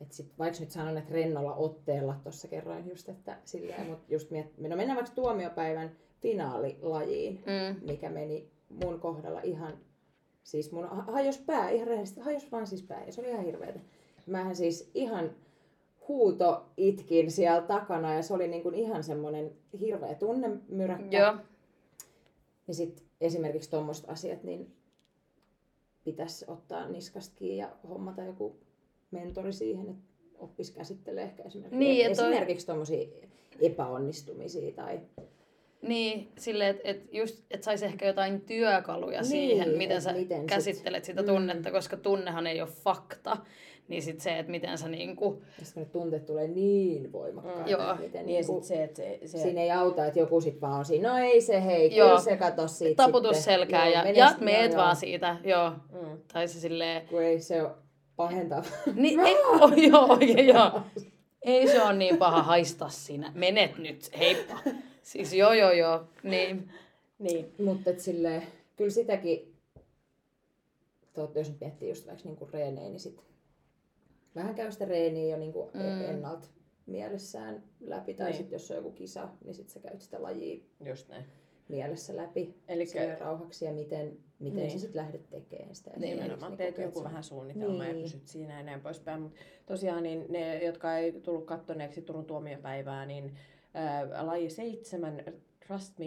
Speaker 4: Et sit, vaikka nyt sanon, että rennolla otteella tuossa kerroin just, että silleen, mutta just miet... no mennään vaikka tuomiopäivän finaalilajiin,
Speaker 2: Mm.
Speaker 4: mikä meni mun kohdalla ihan, siis mun ha- hajos pää, ihan rehellisesti, hajos vaan siis pää, ja se oli ihan hirveetä. Mähän siis ihan huuto itkin siellä takana, ja se oli niin kuin ihan semmoinen hirveä tunnemyräkkä.
Speaker 2: Joo.
Speaker 4: Ja sitten esimerkiksi tuommoiset asiat, niin pitäisi ottaa niskasta kiinni ja hommata joku mentori siihen, että oppisi käsittelee ehkä esimerkiksi,
Speaker 2: Niin, ja toi-
Speaker 4: esimerkiksi tuommoisia epäonnistumisia tai
Speaker 2: Niin, silleen, että et just, et saisi ehkä jotain työkaluja niin,
Speaker 4: Niin,
Speaker 2: siihen, miten
Speaker 4: et
Speaker 2: sä
Speaker 4: miten
Speaker 2: miten
Speaker 4: sit-
Speaker 2: käsittelet sit. sitä tunnetta, koska tunnehan ei ole fakta. Niin sitten se, että miten sä niinku,
Speaker 4: Ja sit kun ne tunteet tulee niin voimakkaat.
Speaker 3: Mm.
Speaker 2: Joo.
Speaker 4: että miten
Speaker 3: Niin ja
Speaker 4: niinku-
Speaker 3: sit se, että se, se
Speaker 4: Siinä ei auta, että joku sit vaan on siinä, no ei se hei,
Speaker 2: Joo.
Speaker 4: kyllä se kato siitä
Speaker 2: taputus
Speaker 4: sitten.
Speaker 2: selkää
Speaker 4: Joo,
Speaker 2: ja,
Speaker 4: mene
Speaker 2: ja
Speaker 4: sinne,
Speaker 2: meet
Speaker 4: joo.
Speaker 2: vaan siitä. Joo.
Speaker 3: mm,
Speaker 2: Tai se silleen,
Speaker 4: Kun ei se ole pahentaa.
Speaker 2: Niin, ei, oh, joo, oikein, joo. Ei se ole niin paha, haista sinä. Menet nyt, heippa. Siis joo, joo, joo. Niin,
Speaker 3: niin.
Speaker 4: Mutta et silleen, kyllä sitäkin, tot, jos nyt miettii just vaikka niinku reenejä, niin sit vähän käy sitä reeniä jo niinku
Speaker 2: Mm.
Speaker 4: mm. ennalta mielessään läpi. Tai
Speaker 3: Niin.
Speaker 4: sitten jos on joku kisa, niin sit sä käyt sitä lajia
Speaker 3: Just näin.
Speaker 4: mielessä läpi.
Speaker 3: Eli
Speaker 4: Sille rauhaksi ja miten, miten
Speaker 3: Niin.
Speaker 4: niin. sä sit lähdet tekemään sitä.
Speaker 2: Niin,
Speaker 4: Niinku
Speaker 3: nimenomaan teet
Speaker 4: kokeet
Speaker 3: joku
Speaker 4: sen-
Speaker 3: vähän suunnitelma ja
Speaker 4: Niin.
Speaker 3: pysyt siinä ja näin poispäin. Mutta tosiaan niin ne, jotka ei tullut kattoneeksi Turun tuomiopäivää, niin ää, laji seitsemän, trust me,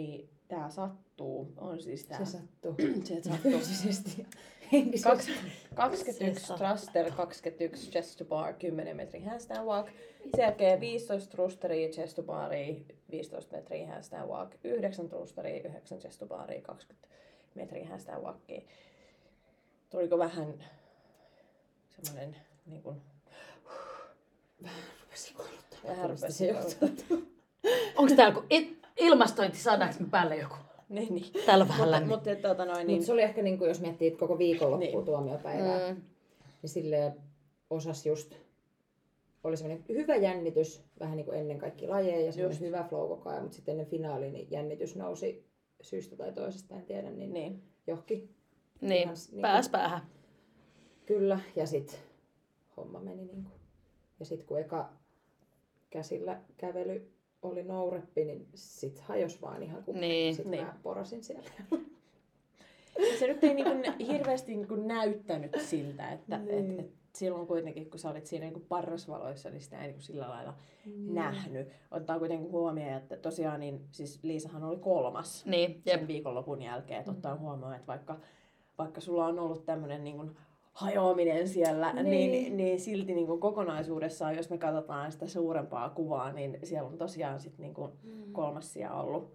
Speaker 3: tämä sattuu, on siis tämä.
Speaker 4: Se sattuu.
Speaker 3: Se
Speaker 4: Fyysisesti. Henkisesti.
Speaker 3: Kaksi- 21
Speaker 2: Se sattuu.
Speaker 3: thruster, 21 chest to bar, 10 metrin handstand walk. Sen jälkeen 15 thrusteria, chest to baria, 15 metriä handstand walk, 9 thrusteria, 9 chest to baria, 20 metriä handstand walkia. Tuliko vähän semmoinen niin kuin,
Speaker 4: rupesi koluttaa.
Speaker 3: Vähän
Speaker 4: Mistä
Speaker 3: rupesi
Speaker 4: se johtuu?
Speaker 2: onko täällä kun, et, ilmastointi, saadaanko me päälle joku?
Speaker 3: niin, niin.
Speaker 2: Täällä vähän
Speaker 3: Mutta,
Speaker 2: lämmin.
Speaker 3: mutta tuota noin,
Speaker 4: Niin.
Speaker 3: niin,
Speaker 4: Mut se oli ehkä, niinku, jos miettii, että koko viikonloppua
Speaker 3: Niin.
Speaker 4: niin. tuomiopäivää, mm.
Speaker 2: Mm,
Speaker 4: niin silleen osas just, oli semmoinen hyvä jännitys vähän niin kuin ennen kaikki lajeja ja
Speaker 3: Just.
Speaker 4: semmoinen hyvä flow koko ajan, mutta sitten ennen finaaliin niin jännitys nousi syystä tai toisesta, en tiedä, niin, niin.
Speaker 3: niin,
Speaker 4: johonkin.
Speaker 2: niin,
Speaker 4: Ihan s- niinku-
Speaker 2: pääs päähän.
Speaker 4: Kyllä, ja sitten homma meni niin kuin. Ja sitten kun eka käsillä kävely oli noureppi, niin sit hajos vaan ihan kun
Speaker 2: Niin,
Speaker 4: sit
Speaker 3: niin.
Speaker 4: mä porasin siellä.
Speaker 3: se nyt ei niin kuin, hirveästi niin kuin näyttänyt siltä, että niin.
Speaker 4: Niin.
Speaker 3: et, et, silloin kuitenkin, kun sä olit siinä niin kuin parrasvaloissa, niin sitä ei niin kuin sillä lailla
Speaker 4: Niin.
Speaker 3: nähnyt. Ottaa kuitenkin huomioon, että tosiaan niin, siis Liisahan oli kolmas
Speaker 4: Mm.
Speaker 2: Niin, jep.
Speaker 3: sen viikonlopun jälkeen, että ottaa huomioon, että vaikka, vaikka sulla on ollut tämmöinen niin kuin hajoaminen siellä, niin, niin,
Speaker 4: Niin.
Speaker 3: niin silti niin kuin kokonaisuudessaan, jos me katsotaan sitä suurempaa kuvaa, niin siellä on tosiaan sit niin
Speaker 4: Mm.
Speaker 3: kuin kolmas sija ollut, ollut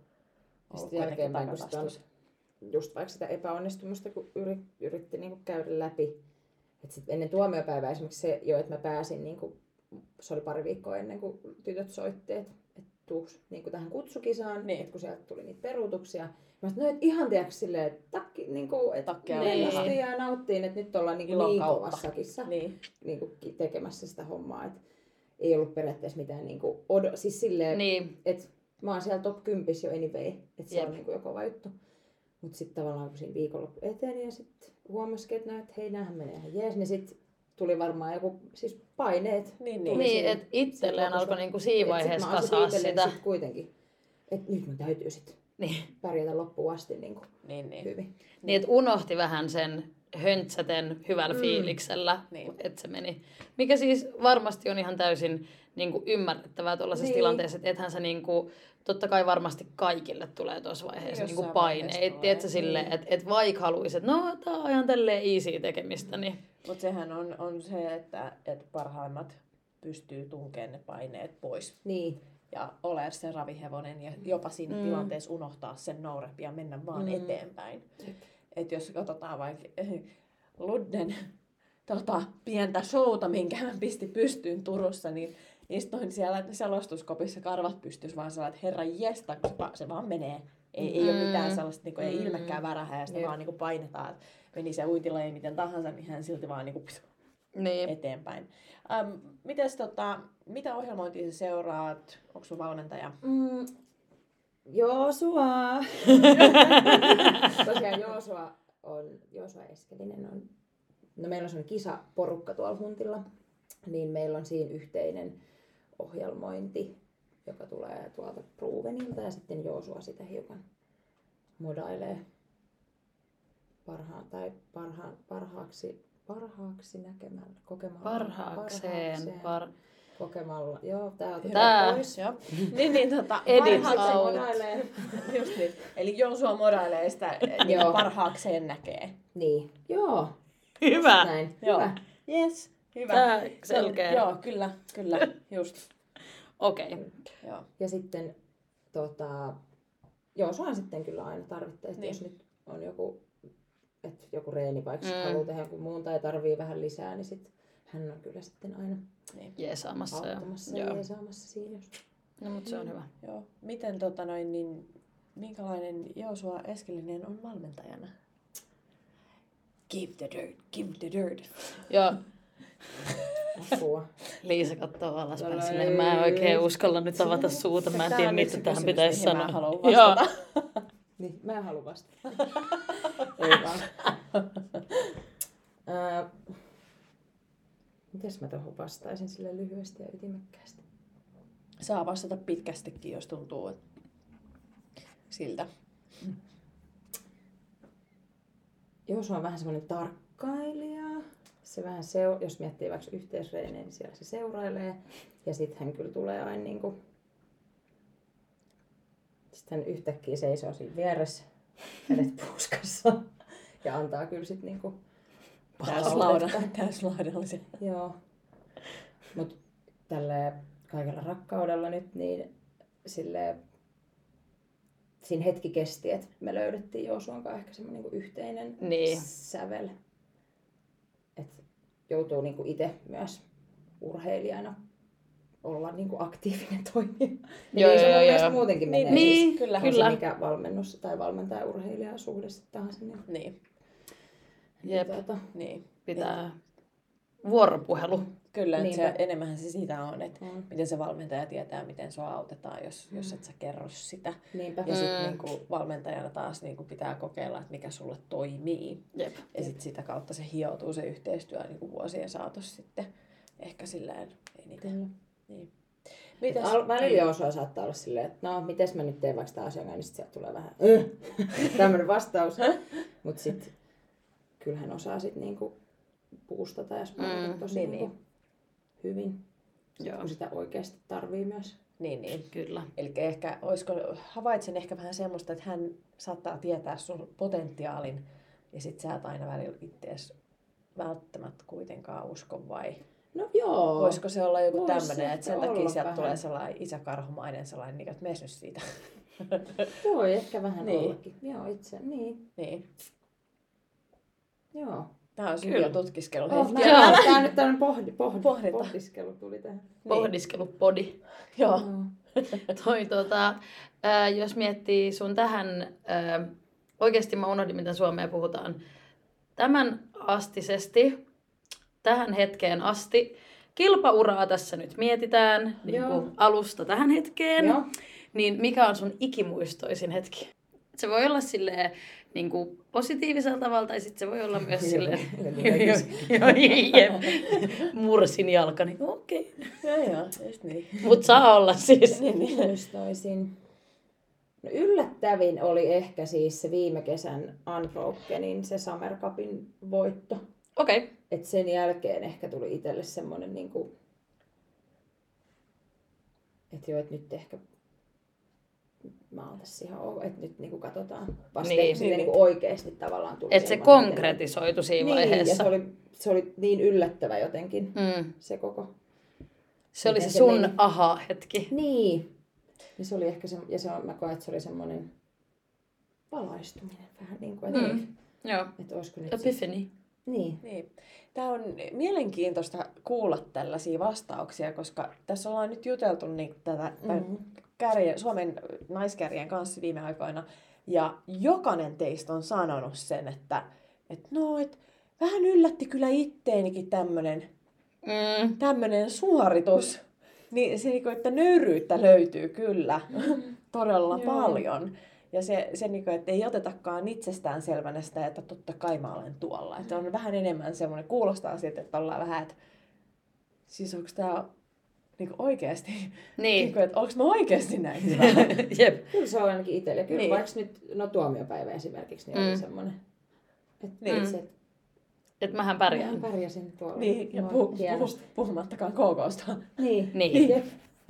Speaker 4: Sitten
Speaker 3: kuitenkin
Speaker 4: jälkeenpäin, kun sitä on
Speaker 3: takapastus.
Speaker 4: just vaikka sitä epäonnistumista, kun yri, yritti niin kuin käydä läpi. Et sit ennen tuomiopäivää esimerkiksi se jo, että mä pääsin, niin kuin, se oli pari viikkoa ennen kuin tytöt soitti, että et tuuks niin kuin tähän kutsukisaan,
Speaker 3: Niin.
Speaker 4: niin. kun sieltä tuli niitä peruutuksia. Mä sanoin, että no, et ihan tiedätkö silleen, että takki, niin kuin, et
Speaker 3: Takkia
Speaker 4: rennosti
Speaker 2: vähän.
Speaker 4: ja nauttiin, että nyt ollaan niin,
Speaker 3: Ilon
Speaker 4: kuin niin
Speaker 3: kautta.
Speaker 4: kovassa kissa
Speaker 3: Niin,
Speaker 4: niin kuin, tekemässä sitä hommaa. Et ei ollut periaatteessa mitään niin kuin, odo, siis silleen,
Speaker 2: Niin,
Speaker 4: et mä oon siellä top 10 jo anyway, että se
Speaker 2: Jep.
Speaker 4: on niinku jo kova juttu. Mutta sitten tavallaan kun siinä viikonloppu eteni ja sitten huomasikin, että näet, hei näähän menee ihan jees, niin sitten tuli varmaan joku, siis paineet.
Speaker 3: niin, niin.
Speaker 4: Tuli
Speaker 2: niin
Speaker 4: siinä.
Speaker 2: että itselleen
Speaker 4: lopussa.
Speaker 2: alkoi niinku siinä
Speaker 4: Et sit
Speaker 2: vaiheessa
Speaker 4: mä oon sit
Speaker 2: kasaa
Speaker 4: itselleen
Speaker 2: sitä.
Speaker 4: Sit kuitenkin, että nyt mun täytyy sitten
Speaker 2: Niin,
Speaker 4: pärjätä loppuun asti niinku
Speaker 3: niin, niin.
Speaker 4: hyvin.
Speaker 2: niin että unohti vähän sen höntsäten hyvällä
Speaker 4: Mm.
Speaker 2: fiiliksellä,
Speaker 3: Niin.
Speaker 2: että se meni. Mikä siis varmasti on ihan täysin niin kuin ymmärrettävää tuollaisessa
Speaker 4: Niin.
Speaker 2: tilanteessa, että ethän sä niin kuin, totta kai varmasti kaikille tulee tuossa vaiheessa niin kuin
Speaker 3: Jossain vaiheessa
Speaker 2: paine.
Speaker 3: tulee,
Speaker 2: Et, tiedätkö,
Speaker 3: niin.
Speaker 2: silleen, että et vaikka haluaisit, että no tää on ihan tälleen easy tekemistä, niin
Speaker 3: Mutta sehän on, on se, että, että parhaimmat pystyy tunkemaan ne paineet pois
Speaker 4: Niin,
Speaker 3: ja ole se ravihevonen ja jopa siinä
Speaker 2: Mm.
Speaker 3: mm. tilanteessa unohtaa sen nourep ja mennä vaan
Speaker 2: Mm.
Speaker 3: mm. eteenpäin. Et jos katsotaan vaikka eh, Ludden tota, pientä showta, minkä hän pisti pystyyn Turussa, niin istuin siellä selostuskopissa karvat pystyssä vaan sellainen, että herra jesta, kun se, pa- se vaan menee. Ei, ei ole
Speaker 2: Mm.
Speaker 3: mitään sellaista, niin kuin, ei
Speaker 2: Mm.
Speaker 3: ilmekään värähää ja sitä
Speaker 4: Jep.
Speaker 3: vaan niin kuin painetaan. Et Meni se uintilaji miten tahansa, niin hän silti vaan niin kuin,
Speaker 2: niin.
Speaker 3: eteenpäin. Ähm, mites, tota, mitä ohjelmointia sä seuraat? Onko sun valmentaja?
Speaker 4: Mm, Joosua! Tosiaan Joosua on, Joosua Eskelinen on, no meillä on sellainen kisaporukka tuolla Huntilla, niin meillä on siinä yhteinen ohjelmointi, joka tulee tuolta Provenilta ja sitten Joosua sitä hiukan modailee parhaan, tai parha, parhaaksi, parhaaksi näkemällä, kokemalla.
Speaker 2: parhaakseen. Par...
Speaker 4: kokemalla. Joo, tää on
Speaker 2: Tää.
Speaker 4: pois.
Speaker 3: Joo. niin, niin, tota,
Speaker 2: Edit
Speaker 3: parhaakseen
Speaker 2: out.
Speaker 3: modailee. Just niin. Eli Joosua modailee sitä, niin
Speaker 4: Joo.
Speaker 3: parhaakseen näkee.
Speaker 4: Niin. Joo,
Speaker 2: Hyvä.
Speaker 4: näin.
Speaker 3: Joo.
Speaker 4: Hyvä.
Speaker 3: Yes. Hyvä.
Speaker 2: Tää
Speaker 3: Se on-
Speaker 2: selkeä.
Speaker 3: Joo, kyllä, kyllä, just.
Speaker 2: Okei.
Speaker 3: Joo.
Speaker 4: Ja sitten tota, joo, saan sitten kyllä aina tarvittaa,
Speaker 3: Niin.
Speaker 4: että niin. jos nyt on joku, että joku reeni vaikka
Speaker 2: Mm.
Speaker 4: mm. haluaa tehdä joku muun tai tarvii vähän lisää, niin sitten hän on kyllä sitten aina
Speaker 2: jeesaamassa. Ja,
Speaker 4: auttamassa ja
Speaker 2: joo.
Speaker 4: jeesaamassa siinä. jos-
Speaker 2: No, mutta se on hyvä.
Speaker 3: Joo. Miten tota noin, niin minkälainen Joosua Eskelinen on valmentajana? Give the dirt, give the dirt.
Speaker 2: Joo,
Speaker 4: Apua.
Speaker 2: Liisa katsoo alaspäin
Speaker 4: Tällä
Speaker 2: silleen, mä en
Speaker 4: ei-
Speaker 2: oikein uskalla nyt avata suuta, mä en
Speaker 3: Tää
Speaker 2: tiedä
Speaker 3: on nyt
Speaker 2: mitä
Speaker 3: se
Speaker 2: tähän
Speaker 3: kysymys,
Speaker 2: pitäisi
Speaker 3: mihin mä
Speaker 2: sanoa.
Speaker 3: haluan
Speaker 2: Joo,
Speaker 4: Niin, mä en halua vastata. Ei vaan. Ää, mitäs mä tuohon vastaisin sille lyhyesti ja ytimekkäästi?
Speaker 3: Saa vastata pitkästikin, jos tuntuu et- siltä.
Speaker 4: Jos on vähän semmoinen tarkkailija, se vähän seur- jos miettii vaikka yhteisreeneen, niin siellä se seurailee. Ja sitten hän kyllä tulee aina niinku... Sitten hän yhtäkkiä seisoo siinä vieressä, kädet puuskassa. Ja antaa kyllä sitten niinku
Speaker 3: Täyslaudalla, täyslaudallisen.
Speaker 4: Joo. Mut tälle kaikella rakkaudella nyt, niin sille siinä hetki kesti, että me löydettiin Joosuan kanssa ehkä semmoinen niinku yhteinen
Speaker 2: Niin.
Speaker 4: sävel. Et joutuu niinku itse myös urheilijana olla niinku aktiivinen toimija.
Speaker 2: Joo,
Speaker 4: niin se
Speaker 2: joo,
Speaker 4: mun
Speaker 2: joo,
Speaker 4: mielestä
Speaker 2: joo.
Speaker 4: muutenkin menee.
Speaker 2: Niin,
Speaker 4: siis,
Speaker 3: kyllä.
Speaker 4: on
Speaker 2: kyllä.
Speaker 4: Se mikä valmennus tai valmentaja urheilija suhde sitten tahansa. Niin,
Speaker 3: Niin,
Speaker 2: jep,
Speaker 4: niin tota,
Speaker 3: niin.
Speaker 2: pitää vuoropuhelu.
Speaker 3: Kyllä, että se,
Speaker 4: Niinpä.
Speaker 3: enemmänhän se sitä on, että
Speaker 4: on.
Speaker 3: miten se valmentaja tietää, miten sua autetaan, jos,
Speaker 4: Mm.
Speaker 3: jos et sä kerro sitä.
Speaker 4: Niinpä.
Speaker 3: Ja sitten
Speaker 2: Mm.
Speaker 3: niinku valmentajana taas niinku pitää kokeilla, että mikä sulle toimii.
Speaker 2: Jep.
Speaker 3: Ja sitten sitä kautta se hioutuu se yhteistyö niinku vuosien saatossa sitten ehkä sillään eniten.
Speaker 4: Kyllä.
Speaker 3: Niin.
Speaker 4: Mm. Et
Speaker 3: Mitäs? Niin.
Speaker 4: Al- välillä Joosua saattaa olla silleen, että no, mites mä nyt teen vaikka sitä asiaa, niin sit sieltä tulee vähän "Öh", tämmönen vastaus. Mut sit kyllähän osaa sit niinku puustata ja sparrata
Speaker 2: Mm,
Speaker 4: tosi
Speaker 3: niin,
Speaker 4: niinku hyvin,
Speaker 2: Joo,
Speaker 4: kun sitä oikeasti tarvii myös.
Speaker 3: Niin, niin.
Speaker 2: kyllä.
Speaker 3: Eli ehkä, olisiko, havaitsen ehkä vähän semmoista, että hän saattaa tietää sun potentiaalin ja sit sä et aina välillä ittees välttämättä kuitenkaan usko vai
Speaker 4: No joo,
Speaker 3: voisiko se olla joku
Speaker 4: Voisi
Speaker 3: tämmöinen,
Speaker 4: ehkä
Speaker 3: että sen
Speaker 4: olla
Speaker 3: takia sieltä
Speaker 4: vähän.
Speaker 3: tulee sellainen isäkarhumainen sellainen, niin että mees nyt siitä.
Speaker 4: voi ehkä vähän
Speaker 3: Niin.
Speaker 4: niin. ollakin. Joo, itse, niin,
Speaker 3: niin.
Speaker 4: joo.
Speaker 3: Tämä on
Speaker 2: Kyllä.
Speaker 3: hyviä tutkiskelun
Speaker 4: Oh,
Speaker 3: hetkiä.
Speaker 4: mä,
Speaker 2: Joo.
Speaker 4: tää, tää on nyt tämmönen pohdi, pohdi,
Speaker 3: Pohdinta.
Speaker 4: pohdiskelu tuli tähän.
Speaker 3: Niin.
Speaker 2: Pohdiskelupodi.
Speaker 3: Joo.
Speaker 4: Joo.
Speaker 2: Toi, tota, ää, jos miettii sun tähän, ää, oikeasti mä unohdin, miten suomea puhutaan. Tämän astisesti, tähän hetkeen asti, kilpauraa tässä nyt mietitään niin
Speaker 4: Joo.
Speaker 2: kuin alusta tähän hetkeen.
Speaker 4: Joo.
Speaker 2: Niin mikä on sun ikimuistoisin hetki? Se voi olla silleen, niin kuin positiivisella tavalla, tai sitten se voi olla myös silleen,
Speaker 4: Joo.
Speaker 2: joo, jep, mursin jalkani, okei.
Speaker 3: Joo, joo, just niin.
Speaker 2: Mutta saa olla siis.
Speaker 3: niin, niin.
Speaker 4: muistoisin. No yllättävin oli ehkä siis se viime kesän Unbrokenin, se Summer Cupin voitto.
Speaker 2: Okei.
Speaker 4: Et sen jälkeen ehkä tuli itselle semmoinen, niinku, että joo, et nyt ehkä mä oon tässä ihan ok, että nyt niinku katsotaan vasta
Speaker 2: Niin.
Speaker 4: niin, niin. niinku oikeasti tavallaan tuli.
Speaker 2: Että se
Speaker 4: semmoinen,
Speaker 2: konkretisoitu siinä
Speaker 4: niin, ja se
Speaker 2: vaiheessa.
Speaker 4: oli, se oli niin yllättävä jotenkin
Speaker 2: Mm.
Speaker 4: se koko
Speaker 2: Se oli se
Speaker 4: Miten se
Speaker 2: sun
Speaker 4: meni?
Speaker 2: aha-hetki.
Speaker 4: Niin. Ja se oli ehkä se, ja se on, mä koen, että se oli semmoinen valaistuminen vähän niin kuin, että,
Speaker 2: Mm.
Speaker 4: mm.
Speaker 2: Joo.
Speaker 4: että olisiko nyt se,
Speaker 2: Epiphany.
Speaker 4: niin.
Speaker 3: Niin. Tämä on mielenkiintoista kuulla tällaisia vastauksia, koska tässä ollaan nyt juteltu niin tätä mm
Speaker 4: Mm.
Speaker 3: kärjen, Suomen naiskärjen kanssa viime aikoina, ja jokainen teistä on sanonut sen, että et no, et vähän yllätti kyllä itteenikin tämmöinen
Speaker 2: Mm.
Speaker 3: tämmöinen suoritus. Niin se, niinku, että nöyryyttä löytyy kyllä todella
Speaker 4: Joo.
Speaker 3: paljon. Ja se, se niinku, että ei otetakaan itsestään selvänä sitä, että totta kai mä olen tuolla. Että on vähän enemmän semmoinen, kuulostaa siltä, että ollaan vähän, että siis onko tämä niinku oikeasti,
Speaker 2: Niin.
Speaker 3: niinku, että onko mä oikeasti näin hyvä?
Speaker 2: Jep.
Speaker 4: Kyllä se on ainakin itsellä.
Speaker 3: Niin.
Speaker 4: Kyllä niin. vaikka nyt, no tuomiopäivä esimerkiksi, niin mm.
Speaker 2: Mm.
Speaker 4: oli semmoinen. Että
Speaker 3: Niin.
Speaker 4: niin. se, että
Speaker 2: Että mähän
Speaker 4: mähän
Speaker 2: pärjään.
Speaker 4: pärjäsin tuolla.
Speaker 3: niin, ja
Speaker 4: Joo,
Speaker 3: puh, puh,
Speaker 4: hienosti.
Speaker 3: puhumattakaan KKsta.
Speaker 4: Niin.
Speaker 2: Niin.
Speaker 4: Jep.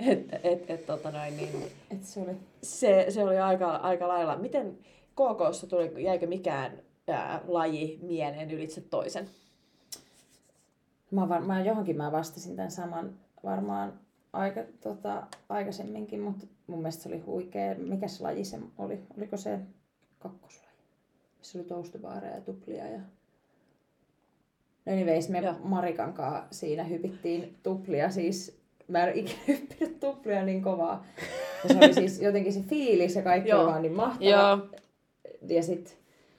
Speaker 3: Että et, et, tota noin, niin
Speaker 4: Että se oli.
Speaker 3: se, se oli aika, aika lailla. Miten KKssa tuli, jäikö mikään ää, laji mieleen ylitse toisen?
Speaker 4: Mä, var, mä johonkin mä vastasin tämän saman varmaan aika, tota, aikaisemminkin, mutta mun mielestä se oli huikea. Mikäs laji se oli? Oliko se kakkoslaji? Se oli toustubaareja ja tuplia ja No anyways, me
Speaker 3: Joo.
Speaker 4: Marikan kanssa siinä hypittiin tuplia siis. Mä en ole ikinä hyppinyt tuplia niin kovaa. Ja se oli siis jotenkin se fiilis ja kaikki
Speaker 3: Joo.
Speaker 4: oli vaan niin mahtava.
Speaker 3: Joo.
Speaker 4: Ja sitten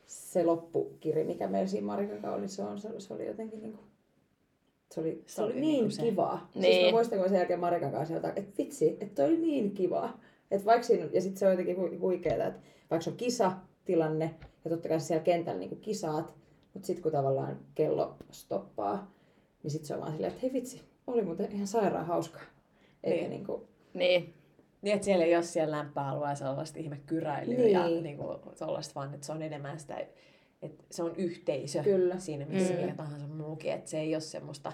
Speaker 4: se loppukiri, mikä meillä siinä Marikan kanssa oli, se, on, se, se oli jotenkin niin kuin, se oli, se, se oli, niin
Speaker 3: niinku se.
Speaker 4: kivaa. Niin. Siis
Speaker 2: Niin.
Speaker 4: mä muistan, kun sen jälkeen Marikan kanssa jotain, että vitsi, että toi oli niin kivaa. Et vaikka siinä, ja sitten se on jotenkin hu, huikeeta, että vaikka se on kisatilanne, ja totta kai sä siellä kentällä niin kisaat, mutta sitten kun tavallaan kello stoppaa, niin sitten se on vaan silleen, että hei vitsi, oli muuten ihan sairaan hauskaa. Eikä
Speaker 3: Niin.
Speaker 4: niin. niin kuin,
Speaker 2: Niin,
Speaker 3: Niin, että siellä ei ole siellä lämpöalueella sellaista ihme kyräilyä niin. ja
Speaker 4: Niin.
Speaker 3: niin kuin, sellaista, vaan että se on enemmän sitä, että se on yhteisö
Speaker 4: Kyllä.
Speaker 3: siinä, missä
Speaker 2: Mm.
Speaker 3: mm. mikä tahansa muukin. Että se ei ole semmoista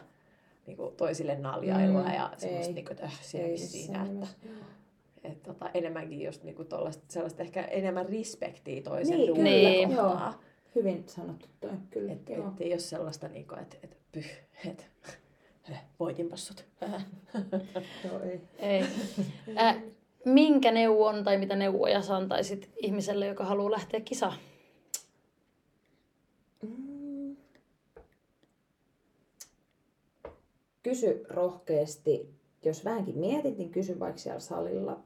Speaker 3: niin kuin, toisille naljailua
Speaker 4: Mm,
Speaker 3: mm. ja
Speaker 4: ei.
Speaker 3: semmoista, niin kuin, että öh, siinä, siinä että, että, tota, enemmänkin just niin kuin, tollaista, sellaista ehkä enemmän respektiä toisen niin,
Speaker 4: Niin, kyllä.
Speaker 3: duunille
Speaker 2: Niin.
Speaker 3: niin. kohtaa.
Speaker 4: Hyvin sanottu toi, kyllä.
Speaker 3: Että
Speaker 4: joo.
Speaker 3: et ei ole sellaista, niin kuin, että, että pyh, että höh, voitinpa sut. Höh.
Speaker 4: Joo, ei.
Speaker 2: ei. Äh, minkä neuvon tai mitä neuvoja sä antaisit ihmiselle, joka haluaa lähteä kisaan?
Speaker 4: Mm. Kysy rohkeasti. Jos vähänkin mietit, niin kysy vaikka siellä salilla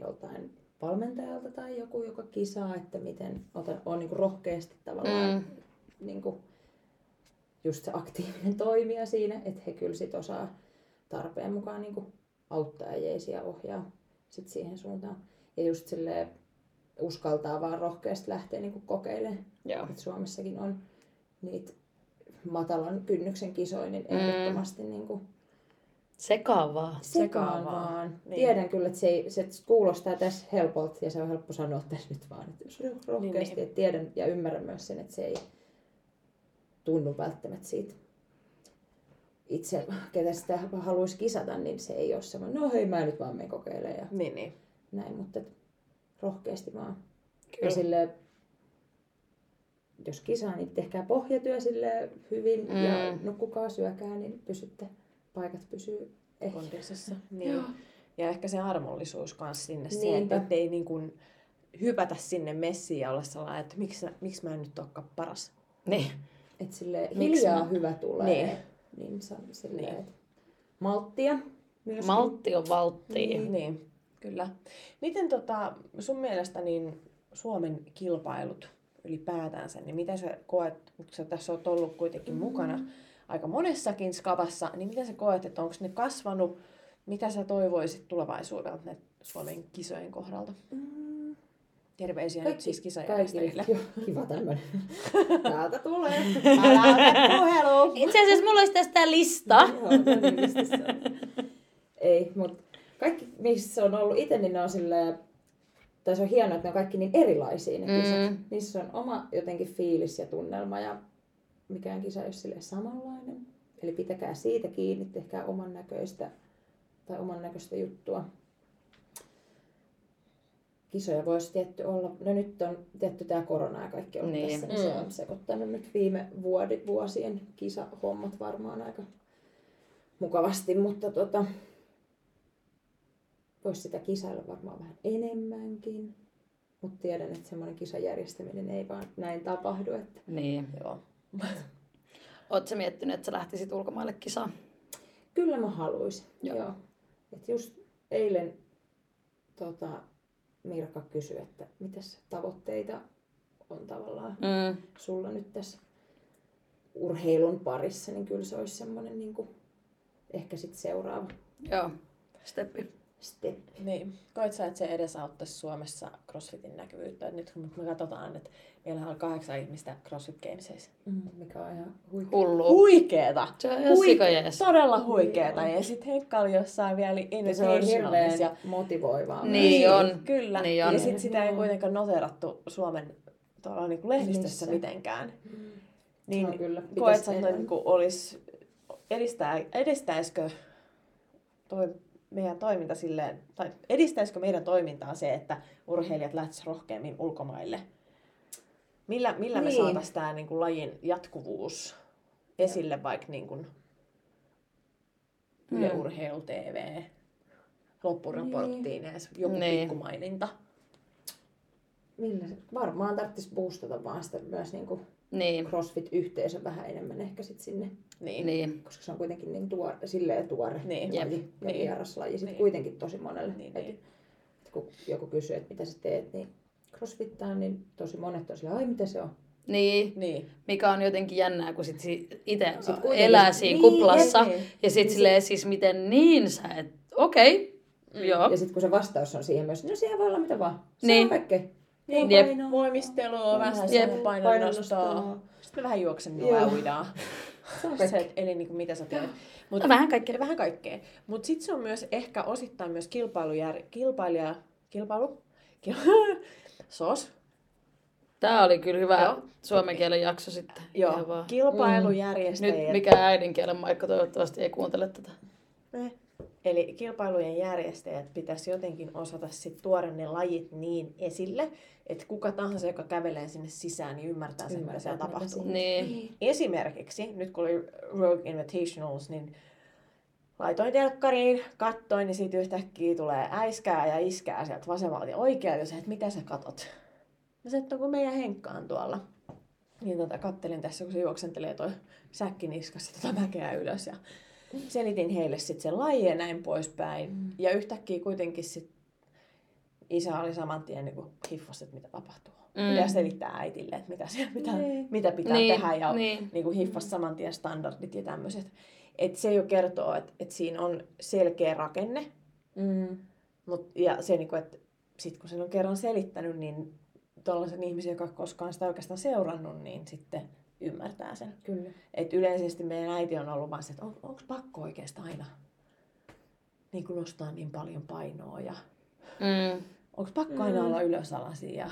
Speaker 4: joltain valmentajalta tai joku, joka kisaa, että miten otan, on niin rohkeasti tavallaan
Speaker 2: Mm.
Speaker 4: niin kuin just se aktiivinen toimija siinä, että he kyllä sit osaa tarpeen mukaan niin kuin auttaa ja jeesiä ohjaa sit siihen suuntaan. Ja just silleen uskaltaa vaan rohkeasti lähteä niin kuin kokeilemaan
Speaker 2: Joo.
Speaker 4: että Suomessakin on niitä matalan kynnyksen kisoja, niin ehdottomasti mm. niin kuin
Speaker 2: Sekavaa.
Speaker 4: sekaan
Speaker 3: Sekaan vaan.
Speaker 4: vaan. Niin.
Speaker 3: Niin.
Speaker 4: Tiedän kyllä, että se, ei, se kuulostaa tässä helpolta ja se on helppo sanoa tässä nyt vaan, että jos roh- rohkeasti, niin,
Speaker 3: niin.
Speaker 4: että tiedän ja ymmärrän myös sen, että se ei tunnu välttämättä siitä itse, ketä sitä haluaisi kisata, niin se ei ole semmoinen, no hei mä nyt vaan menen kokeilemaan ja
Speaker 3: Niin, niin.
Speaker 4: näin, mutta et rohkeasti vaan. Ja
Speaker 2: Kyllä.
Speaker 4: sille, jos kisaa, niin tehkää pohjatyö sille hyvin mm. ja
Speaker 2: Mm.
Speaker 4: nukkukaa, syökää, niin pysytte, paikat pysyy ehkä.
Speaker 3: kondiksessa. Niin. Ja ehkä se armollisuus kanssa sinne, niin.
Speaker 4: Niinpä.
Speaker 3: että ettei niin kuin hypätä sinne messiin ja olla sellainen, että miksi, miksi mä en nyt olekaan paras.
Speaker 2: Niin.
Speaker 4: Et sille
Speaker 2: Miks
Speaker 4: hiljaa
Speaker 2: mä-
Speaker 4: hyvä tulee.
Speaker 3: Niin.
Speaker 4: Niin, sa- sille,
Speaker 3: Niin.
Speaker 4: et malttia. Myöskin.
Speaker 2: Maltti on valttia.
Speaker 4: Niin.
Speaker 3: Niin, niin kyllä. Miten tota, sun mielestä niin Suomen kilpailut ylipäätänsä, niin mitä sä koet, kun sä tässä oot ollut kuitenkin mukana aika monessakin skavassa, niin mitä sä koet, että onko ne kasvanut, mitä sä toivoisit tulevaisuudelta ne Suomen kisojen kohdalta?
Speaker 4: Mm,
Speaker 3: Terveisiä nyt
Speaker 4: Kaikki-
Speaker 3: siis
Speaker 4: Kaikille.
Speaker 3: kisajärjestäjille.
Speaker 4: Joo, Kiva tämmönen. Täältä tulee.
Speaker 3: Älä puhelu!
Speaker 2: Itse asiassa mulla olisi tästä lista.
Speaker 4: Joo, no niin, mistä se on? Ei, mutta kaikki, missä on ollut itse, niin ne on silleen, tai se on hienoa, että ne on kaikki niin erilaisia ne kisat.
Speaker 2: Mm.
Speaker 4: Niissä Niin on oma jotenkin fiilis ja tunnelma ja mikään kisa ei ole silleen samanlainen. Eli pitäkää siitä kiinni, tehkää oman näköistä tai oman näköistä juttua. Kisoja voisi tietty olla, no nyt on tietty tämä korona ja kaikki on
Speaker 2: Niin.
Speaker 4: niin. tässä, niin se
Speaker 3: Mm.
Speaker 4: on sekoittanut nyt viime vuodi, vuosien kisahommat varmaan aika mukavasti, mutta tota, voisi sitä kisailla varmaan vähän enemmänkin. Mutta tiedän, että semmoinen kisan järjestäminen ei vaan näin tapahdu. Että
Speaker 2: Niin.
Speaker 3: Joo.
Speaker 2: Oletko miettinyt, että sä lähtisit ulkomaille kisaan?
Speaker 4: kyllä mä haluaisin. Joo.
Speaker 2: Joo.
Speaker 4: Joo. Et just eilen tota, Mirka kysyi, että mitäs tavoitteita on tavallaan
Speaker 2: Mm.
Speaker 4: sulla nyt tässä urheilun parissa, niin kyllä se olisi semmoinen niin ehkä sitten seuraava
Speaker 2: Joo. Steppi.
Speaker 4: steppi.
Speaker 3: Niin. Koet sä, että se edesauttaisi Suomessa CrossFitin näkyvyyttä? Et nyt kun me katsotaan, että meillä on kahdeksan ihmistä CrossFit Gamesissa.
Speaker 4: Mm, mikä on ihan huikea.
Speaker 2: Hullu.
Speaker 3: Huikeeta!
Speaker 2: Se on ihan sikajees.
Speaker 3: Todella huikeeta. Ja sitten Henkka oli jossain vielä
Speaker 4: Ja Niin, se on hirveän
Speaker 3: Invitationalissa. Ja...
Speaker 4: motivoivaa.
Speaker 2: Niin. on.
Speaker 3: Kyllä.
Speaker 2: Niin on.
Speaker 3: Ja sitten sitä ei
Speaker 4: Joo.
Speaker 3: kuitenkaan noterattu Suomen tuolla niinku lehdistössä
Speaker 4: Missä?
Speaker 3: mitenkään.
Speaker 4: Niin,
Speaker 3: Niin
Speaker 4: no, kyllä.
Speaker 3: koet
Speaker 4: Pitäis
Speaker 3: sä, että
Speaker 4: enemmän.
Speaker 3: niinku olisi, edistää, edistäisikö toi meidän toiminta silleen, tai edistäisikö meidän toimintaa se, että urheilijat lähtisivät rohkeammin ulkomaille? Millä, millä me
Speaker 4: Niin.
Speaker 3: saataisiin tämä niinku lajin jatkuvuus esille vaikka niinku Yle
Speaker 2: Mm.
Speaker 3: Urheilu TV loppuraporttiin edes joku
Speaker 2: Niin.
Speaker 3: pikkumaininta?
Speaker 4: millä se, varmaan tarvitsisi boostata vaan sitä myös niin kuin
Speaker 2: Niin,
Speaker 4: CrossFit-yhteisö vähän enemmän ehkä sit sinne,
Speaker 3: Niin.
Speaker 2: niin,
Speaker 4: koska se on kuitenkin niin tuore, silleen tuore
Speaker 3: Niin.
Speaker 4: laji
Speaker 2: Jep.
Speaker 4: ja
Speaker 3: Niin.
Speaker 4: vieras laji sit
Speaker 3: Niin.
Speaker 4: kuitenkin tosi monelle.
Speaker 3: Niin,
Speaker 4: Et
Speaker 3: niin.
Speaker 4: et kun joku kysyy, että mitä sä teet, niin crossfittaa, niin tosi monet on sillä, ai mitä se on.
Speaker 2: niin,
Speaker 3: Niin.
Speaker 2: mikä on jotenkin jännää, kun sit itse
Speaker 4: Sit kuitenkin-
Speaker 2: elää siinä
Speaker 4: Niin,
Speaker 2: kuplassa.
Speaker 3: jep, niin.
Speaker 2: Ja sitten
Speaker 4: Niin
Speaker 2: silleen siis miten niin sä, et okei,
Speaker 3: Mm.
Speaker 2: joo,
Speaker 4: Ja sitten kun se vastaus on siihen myös, no siellä voi olla mitä vaan. Se
Speaker 2: Niin.
Speaker 4: on kaikkea.
Speaker 3: Niin,
Speaker 2: Jep.
Speaker 4: painoa,
Speaker 3: Voimistelua, vähän
Speaker 4: Jep.
Speaker 3: sen painonnostoa. Sitten vähän juoksemilla ja
Speaker 4: Joo.
Speaker 3: uidaan.
Speaker 4: Se
Speaker 3: Se,
Speaker 4: on kaikkea.
Speaker 3: et- eli niin kuin mitä sä teet. Mut,
Speaker 2: No vähän kaikkea.
Speaker 3: Vähän kaikkea. Mutta sitten se on myös ehkä osittain myös kilpailujär, kilpailija, kilpailu, Kil... sos,
Speaker 2: Tää oli kyllä hyvä
Speaker 3: Joo.
Speaker 2: suomen kielen jakso sitten.
Speaker 3: joo,
Speaker 2: Ihan vaan. Mm. Nyt
Speaker 3: kilpailujärjestäjät.
Speaker 2: mikä äidinkielen Maikka toivottavasti ei kuuntele tätä.
Speaker 3: Eh. Eli kilpailujen järjestäjät pitäisi jotenkin osata sit tuoda ne lajit niin esille, että kuka tahansa, joka kävelee sinne sisään, niin ymmärtää sen, mitä
Speaker 4: Ymmärtää,
Speaker 3: siellä
Speaker 4: mitä
Speaker 3: tapahtuu.
Speaker 4: siinä-
Speaker 2: Niin,
Speaker 3: Esimerkiksi, nyt kun oli Rogue Invitationals, niin laitoin telkkariin, kattoin, niin siitä yhtäkkiä tulee äiskää ja iskää sieltä vasemmalta ja oikealta, ja sä, että mitä sä katot? No se, että on kun meidän Henkka on tuolla. Niin tota, kattelin tässä, kun se juoksentelee toi säkki niskassa tota mäkeä ylös ja selitin heille sitten sen lajin ja näin poispäin. Ja yhtäkkiä kuitenkin sit isä oli saman tien niin hiffas, että mitä tapahtuu.
Speaker 2: Mm.
Speaker 3: Mm. Ja selittää äitille, että mitä, siellä, mitä,
Speaker 4: Niin.
Speaker 3: mitä pitää
Speaker 2: niin,
Speaker 3: tehdä ja
Speaker 2: niin,
Speaker 3: niin kuin hiffas saman tien standardit ja tämmöiset. Et se jo kertoo, että et siinä on selkeä rakenne,
Speaker 4: Mm.
Speaker 3: mut, ja se, niin kuin, että sit kun sen on kerran selittänyt, niin tuollaisen ihmisen, joka ei koskaan sitä oikeastaan seurannut, niin sitten ymmärtää sen.
Speaker 4: Kyllä.
Speaker 3: Et yleisesti meidän äiti on ollut vaan se, että on, onko pakko oikeastaan aina niin kuin nostaa niin paljon painoa ja
Speaker 2: mm.
Speaker 3: onko pakko aina
Speaker 4: Mm.
Speaker 3: olla ylösalaisin ja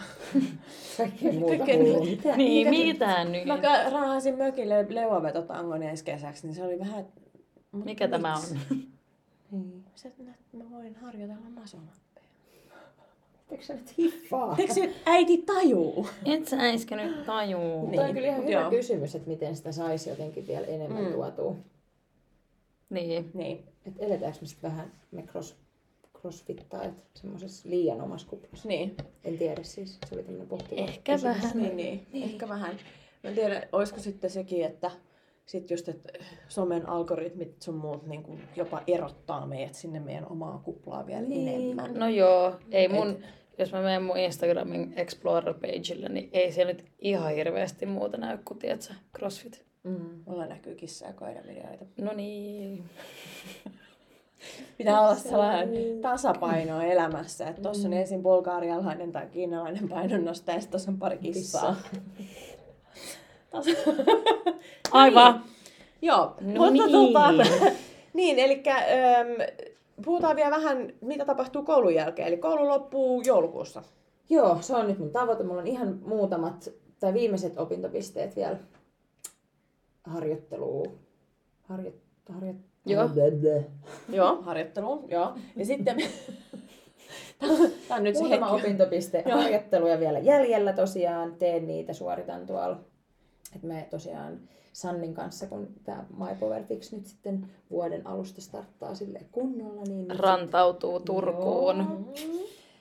Speaker 4: Kaikkea muuta
Speaker 3: Niin. Kaikkea
Speaker 4: hullua.
Speaker 3: muuta.
Speaker 4: Mitä?
Speaker 2: Niin,
Speaker 3: Mitä-
Speaker 2: mitä nyt?
Speaker 3: Mä kä- raahasin mökille leuavetotangon ensi kesäksi, niin se oli vähän, että mut
Speaker 2: Mikä tämä on?
Speaker 3: miksi?
Speaker 4: Niin.
Speaker 3: Sä et nä- mä voin harjoitella masonappeja.
Speaker 4: Eikö sä nyt
Speaker 2: Ah.
Speaker 4: hiffaa?
Speaker 3: Eikö se äiti tajuu?
Speaker 2: Et sä äiskä nyt tajuu.
Speaker 4: Niin. Toi on kyllä ihan
Speaker 3: Mut
Speaker 4: hyvä
Speaker 3: joo.
Speaker 4: kysymys, että miten sitä saisi jotenkin vielä enemmän
Speaker 3: Mm.
Speaker 4: mm. tuotua.
Speaker 2: Niin.
Speaker 3: Niin,
Speaker 4: Että eletäänkö me sitten vähän me cross, crossfittajat semmoisessa liian omassa kuplassa.
Speaker 3: niin,
Speaker 4: En tiedä siis, se oli tämmöinen pohtiva
Speaker 2: Ehkä
Speaker 4: kysymys.
Speaker 2: vähän.
Speaker 3: niin, niin. Ehkä vähän. Mä en tiedä, olisiko sitten sekin, että sit just, että somen algoritmit sun muut niin kuin jopa erottaa meidät sinne meidän omaa kuplaa vielä
Speaker 4: Niin.
Speaker 3: enemmän.
Speaker 2: No joo, ei mun, jos mä menen mun Instagramin Explorer-pageille, niin ei siellä nyt ihan hirveästi muuta näy kuin, tiedätkö, CrossFit.
Speaker 3: Mm. Mulla näkyy kissa ja koira videoita.
Speaker 2: No niin.
Speaker 3: Pitää olla sellainen tasapaino elämässä, että tuossa on ensin bulgaarialainen tai kiinalainen painonnosta ja sitten tuossa on pari kissaa. Tasa-
Speaker 2: Aivan.
Speaker 3: Joo,
Speaker 2: No
Speaker 3: mutta
Speaker 2: niin.
Speaker 3: tota- niin, eli puhutaan vielä vähän, mitä tapahtuu koulun jälkeen. Eli koulu loppuu joulukuussa.
Speaker 4: Joo, se on nyt mun tavoite. Mulla on ihan muutamat, tai viimeiset opintopisteet vielä harjoittelua. Harjo, harjo,
Speaker 2: Joo.
Speaker 4: Blablabla.
Speaker 3: Joo, harjoitteluun, joo. Ja sitten... Tämä on nyt se
Speaker 4: Muutama
Speaker 3: hetki.
Speaker 4: opintopiste
Speaker 3: Joo.
Speaker 4: harjoitteluja vielä jäljellä tosiaan. Teen niitä, suoritan tuolla. Et me tosiaan Sannin kanssa, kun tämä My Power Fix nyt sitten vuoden alusta starttaa sille kunnolla, niin nyt
Speaker 2: Rantautuu Turkuun.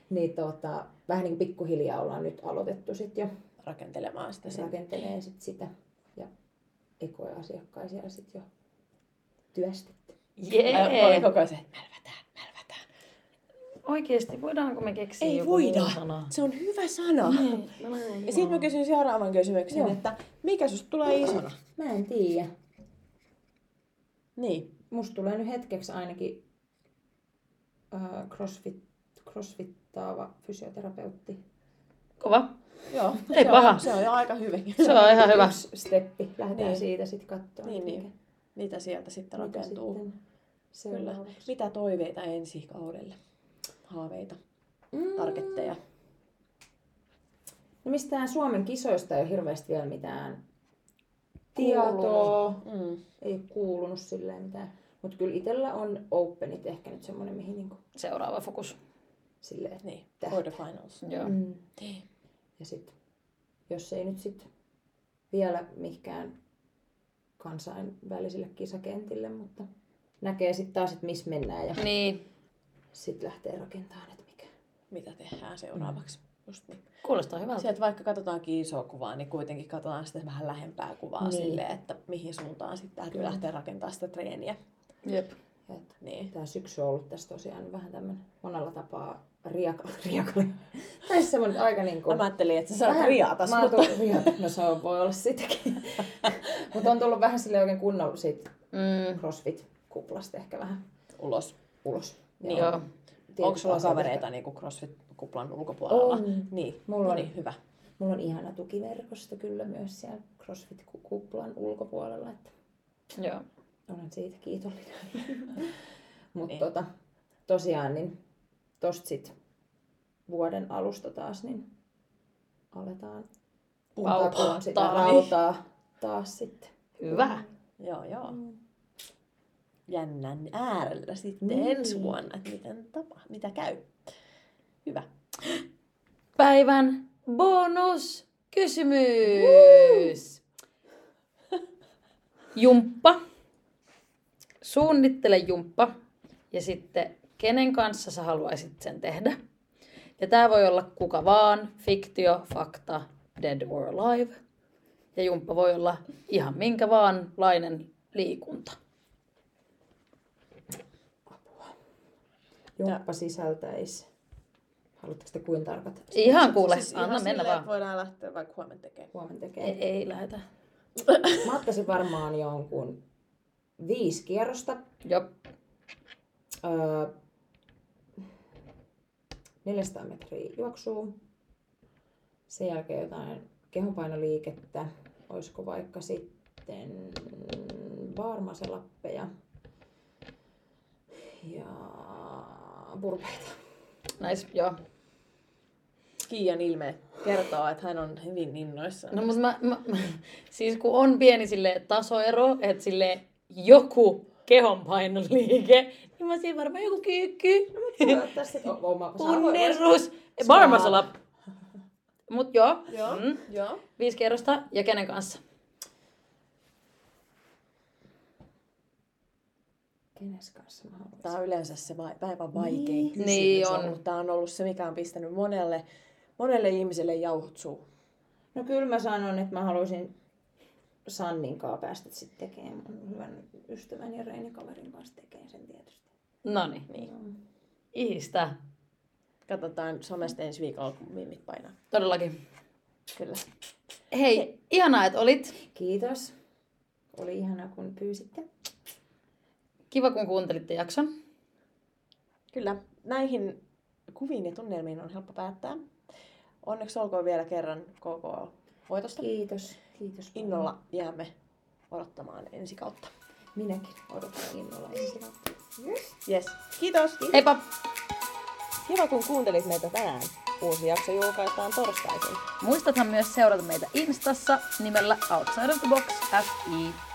Speaker 4: niin tota, vähän niin kuin pikkuhiljaa ollaan nyt aloitettu sit jo
Speaker 3: Rakentelemaan sitä
Speaker 4: se
Speaker 3: sen.
Speaker 4: rakentelee sit sitä ja ekoja asiakkaisia sit jo työstetty.
Speaker 3: Mä olin
Speaker 2: Jee!
Speaker 3: koko ajan se, mälvätään, mälvätään.
Speaker 2: Oikeesti, voidaanko me keksiä
Speaker 3: Ei
Speaker 2: joku
Speaker 3: voida.
Speaker 2: muu sana?
Speaker 3: Se on hyvä sana.
Speaker 2: Mä näen.
Speaker 3: Ja sitten mä kysyn seuraavan kysymyksen,
Speaker 4: Joo.
Speaker 3: että mikä susta tulee isona?
Speaker 4: Mä en tiedä.
Speaker 3: Niin.
Speaker 4: Musta tulee nyt hetkeksi ainakin äh, crossfit, crossfittaava fysioterapeutti.
Speaker 2: Kova.
Speaker 3: Joo.
Speaker 2: Ei
Speaker 3: se
Speaker 2: paha.
Speaker 3: On, se on jo aika hyvinkin.
Speaker 2: Se on ihan hyvä.
Speaker 4: Yksi steppi. Lähdetään
Speaker 3: Niin.
Speaker 4: siitä sitten katsomaan.
Speaker 3: Niin,
Speaker 4: että
Speaker 3: niin.
Speaker 4: mikä-
Speaker 3: Mitä sieltä sitten
Speaker 4: mikä
Speaker 3: rakentuu?
Speaker 4: sitten
Speaker 3: Kyllä.
Speaker 4: seuraavaksi.
Speaker 3: Mitä toiveita ensi kaudelle? Haaveita,
Speaker 4: Mm.
Speaker 3: targetteja.
Speaker 4: No mistään Suomen kisoista ei ole hirveästi vielä mitään tietoa.
Speaker 3: Mm.
Speaker 4: Ei ole kuulunut silleen mitään. Mutta kyllä itsellä on openit ehkä nyt semmoinen, mihin niinku
Speaker 2: Seuraava fokus.
Speaker 4: silleen.
Speaker 3: Niin,
Speaker 4: Tähtää.
Speaker 3: for the finals.
Speaker 2: Joo.
Speaker 4: Mm.
Speaker 3: Niin.
Speaker 4: Ja sit, jos ei nyt sit vielä mihinkään kansainvälisille kisakentille, mutta näkee sitten taas, että missä mennään ja
Speaker 2: Niin.
Speaker 4: sitten lähtee rakentamaan, että mikä.
Speaker 3: Mitä tehdään seuraavaksi? Just niin.
Speaker 2: Kuulostaa hyvältä.
Speaker 3: Se, että vaikka katsotaankin isoa kuvaa, niin kuitenkin katsotaan sitten vähän lähempää kuvaa
Speaker 4: Niin.
Speaker 3: niin. silleen, että mihin suuntaan sitten täytyy
Speaker 4: Kyllä.
Speaker 3: lähteä rakentamaan sitä treeniä.
Speaker 2: Jep.
Speaker 4: Et
Speaker 3: Niin.
Speaker 4: Tämä syksy on ollut tässä tosiaan vähän tämmöinen monella tapaa riaka, riakali. Tai semmoinen aika niin
Speaker 3: Mä
Speaker 4: kuin...
Speaker 3: ajattelin, että sä saat
Speaker 4: Vähän-
Speaker 3: riatas,
Speaker 4: mä oon
Speaker 3: mutta...
Speaker 4: tullut- riata, no se on, voi olla sitäkin. mutta on tullut vähän sille oikein kunnolla siitä
Speaker 2: Mm,
Speaker 4: crossfit-kuplasta ehkä vähän
Speaker 3: Ulos.
Speaker 4: ulos. Ja
Speaker 3: Niin.
Speaker 4: on
Speaker 2: joo.
Speaker 4: tietyt
Speaker 3: Onko sulla
Speaker 4: asiat,
Speaker 3: kavereita
Speaker 4: jotka-
Speaker 3: niin CrossFit-kuplan ulkopuolella?
Speaker 4: On.
Speaker 3: Niin.
Speaker 4: Mulla
Speaker 3: no
Speaker 4: on-
Speaker 3: niin, hyvä.
Speaker 4: Mulla on ihana tukiverkosto kyllä myös siellä crossfit-kuplan ulkopuolella. Että
Speaker 2: joo.
Speaker 4: olen siitä kiitollinen. Mutta
Speaker 3: Niin.
Speaker 4: tota, tosiaan niin tosta sit vuoden alusta taas niin aletaan
Speaker 2: Paukuttaa.
Speaker 4: Paukuttaa sitä rautaa taas sitten.
Speaker 2: Hyvä.
Speaker 3: Joo, joo.
Speaker 4: Mm.
Speaker 3: Jännän äärellä sitten
Speaker 4: Niin.
Speaker 3: ensi vuonna, että miten tapa, mitä käy. Hyvä.
Speaker 2: Päivän bonus kysymys. Jumppa. Suunnittele jumppa ja sitten kenen kanssa sä haluaisit sen tehdä. Ja tämä voi olla kuka vaan, fiktio, fakta, dead or alive. Ja jumppa voi olla ihan minkä vaan lainen liikunta.
Speaker 4: Jumppa sisältäisi. Haluatteko te kuin tarkat?
Speaker 2: Ihan kuule,
Speaker 3: Siis ihan
Speaker 2: anna mennä
Speaker 3: silleen,
Speaker 2: vaan.
Speaker 3: että voidaan lähteä vaikka huomenna tekemään.
Speaker 4: Huomenna
Speaker 2: Ei,
Speaker 4: tekee.
Speaker 2: ei lähetä.
Speaker 4: Mä ottaisin varmaan jonkun viisi kierrosta.
Speaker 2: Jop.
Speaker 4: Öö, 400 metriä juoksua. Sen jälkeen jotain kehonpainoliikettä. Olisiko vaikka sitten baarmaselappeja. Ja burpeita.
Speaker 2: Nice, joo.
Speaker 3: Kiian ilme kertoo, että hän on hyvin innoissaan.
Speaker 2: No mutta mä, mä, mä, siis kun on pieni sille tasoero, että sille joku kehonpainoliike, niin mä siinä varmaan joku kyykky,
Speaker 4: Tässä oma
Speaker 2: punnerus, varmasala. Mut joo,
Speaker 3: Joo,
Speaker 2: Mm,
Speaker 3: joo.
Speaker 2: viisi kerrosta ja kenen kanssa?
Speaker 4: Kenes kanssa mä haluaisin?
Speaker 3: Tämä on yleensä se vai- päivän vaikein
Speaker 4: Niin.
Speaker 3: kysymys
Speaker 2: Niin on.
Speaker 3: ollut. Tämä on ollut se, mikä on pistänyt monelle, monelle ihmiselle jauhot suuhun.
Speaker 4: No kyllä mä sanon, että mä haluaisin Sannin kanssa päästä sitten tekemään mun hyvän ystävän ja reinikaverin kanssa tekemään sen tietysti. Mm.
Speaker 2: No niin, ihistä.
Speaker 3: Katsotaan somesta ensi viikolla, kun mimmit painaa.
Speaker 2: Todellakin.
Speaker 3: Kyllä.
Speaker 2: Hei, ihanaa, että olit.
Speaker 4: Kiitos. Oli ihana, kun pyysitte.
Speaker 2: Kiva, kun kuuntelitte jakson.
Speaker 3: Kyllä. Näihin kuviin ja tunnelmiin on helppo päättää. Onneksi olkoon vielä kerran koko voitosta.
Speaker 4: Kiitos. Kiitos. paljon.
Speaker 3: Innolla jäämme odottamaan ensi kautta.
Speaker 4: Minäkin odotan innolla ensi kautta.
Speaker 3: Yes. Kiitos.
Speaker 2: Heippa!
Speaker 1: Kiva kun kuuntelit meitä tänään. Uusi jakso julkaistaan torstaisin.
Speaker 2: Muistathan myös seurata meitä Instassa nimellä Outside of the Box FI.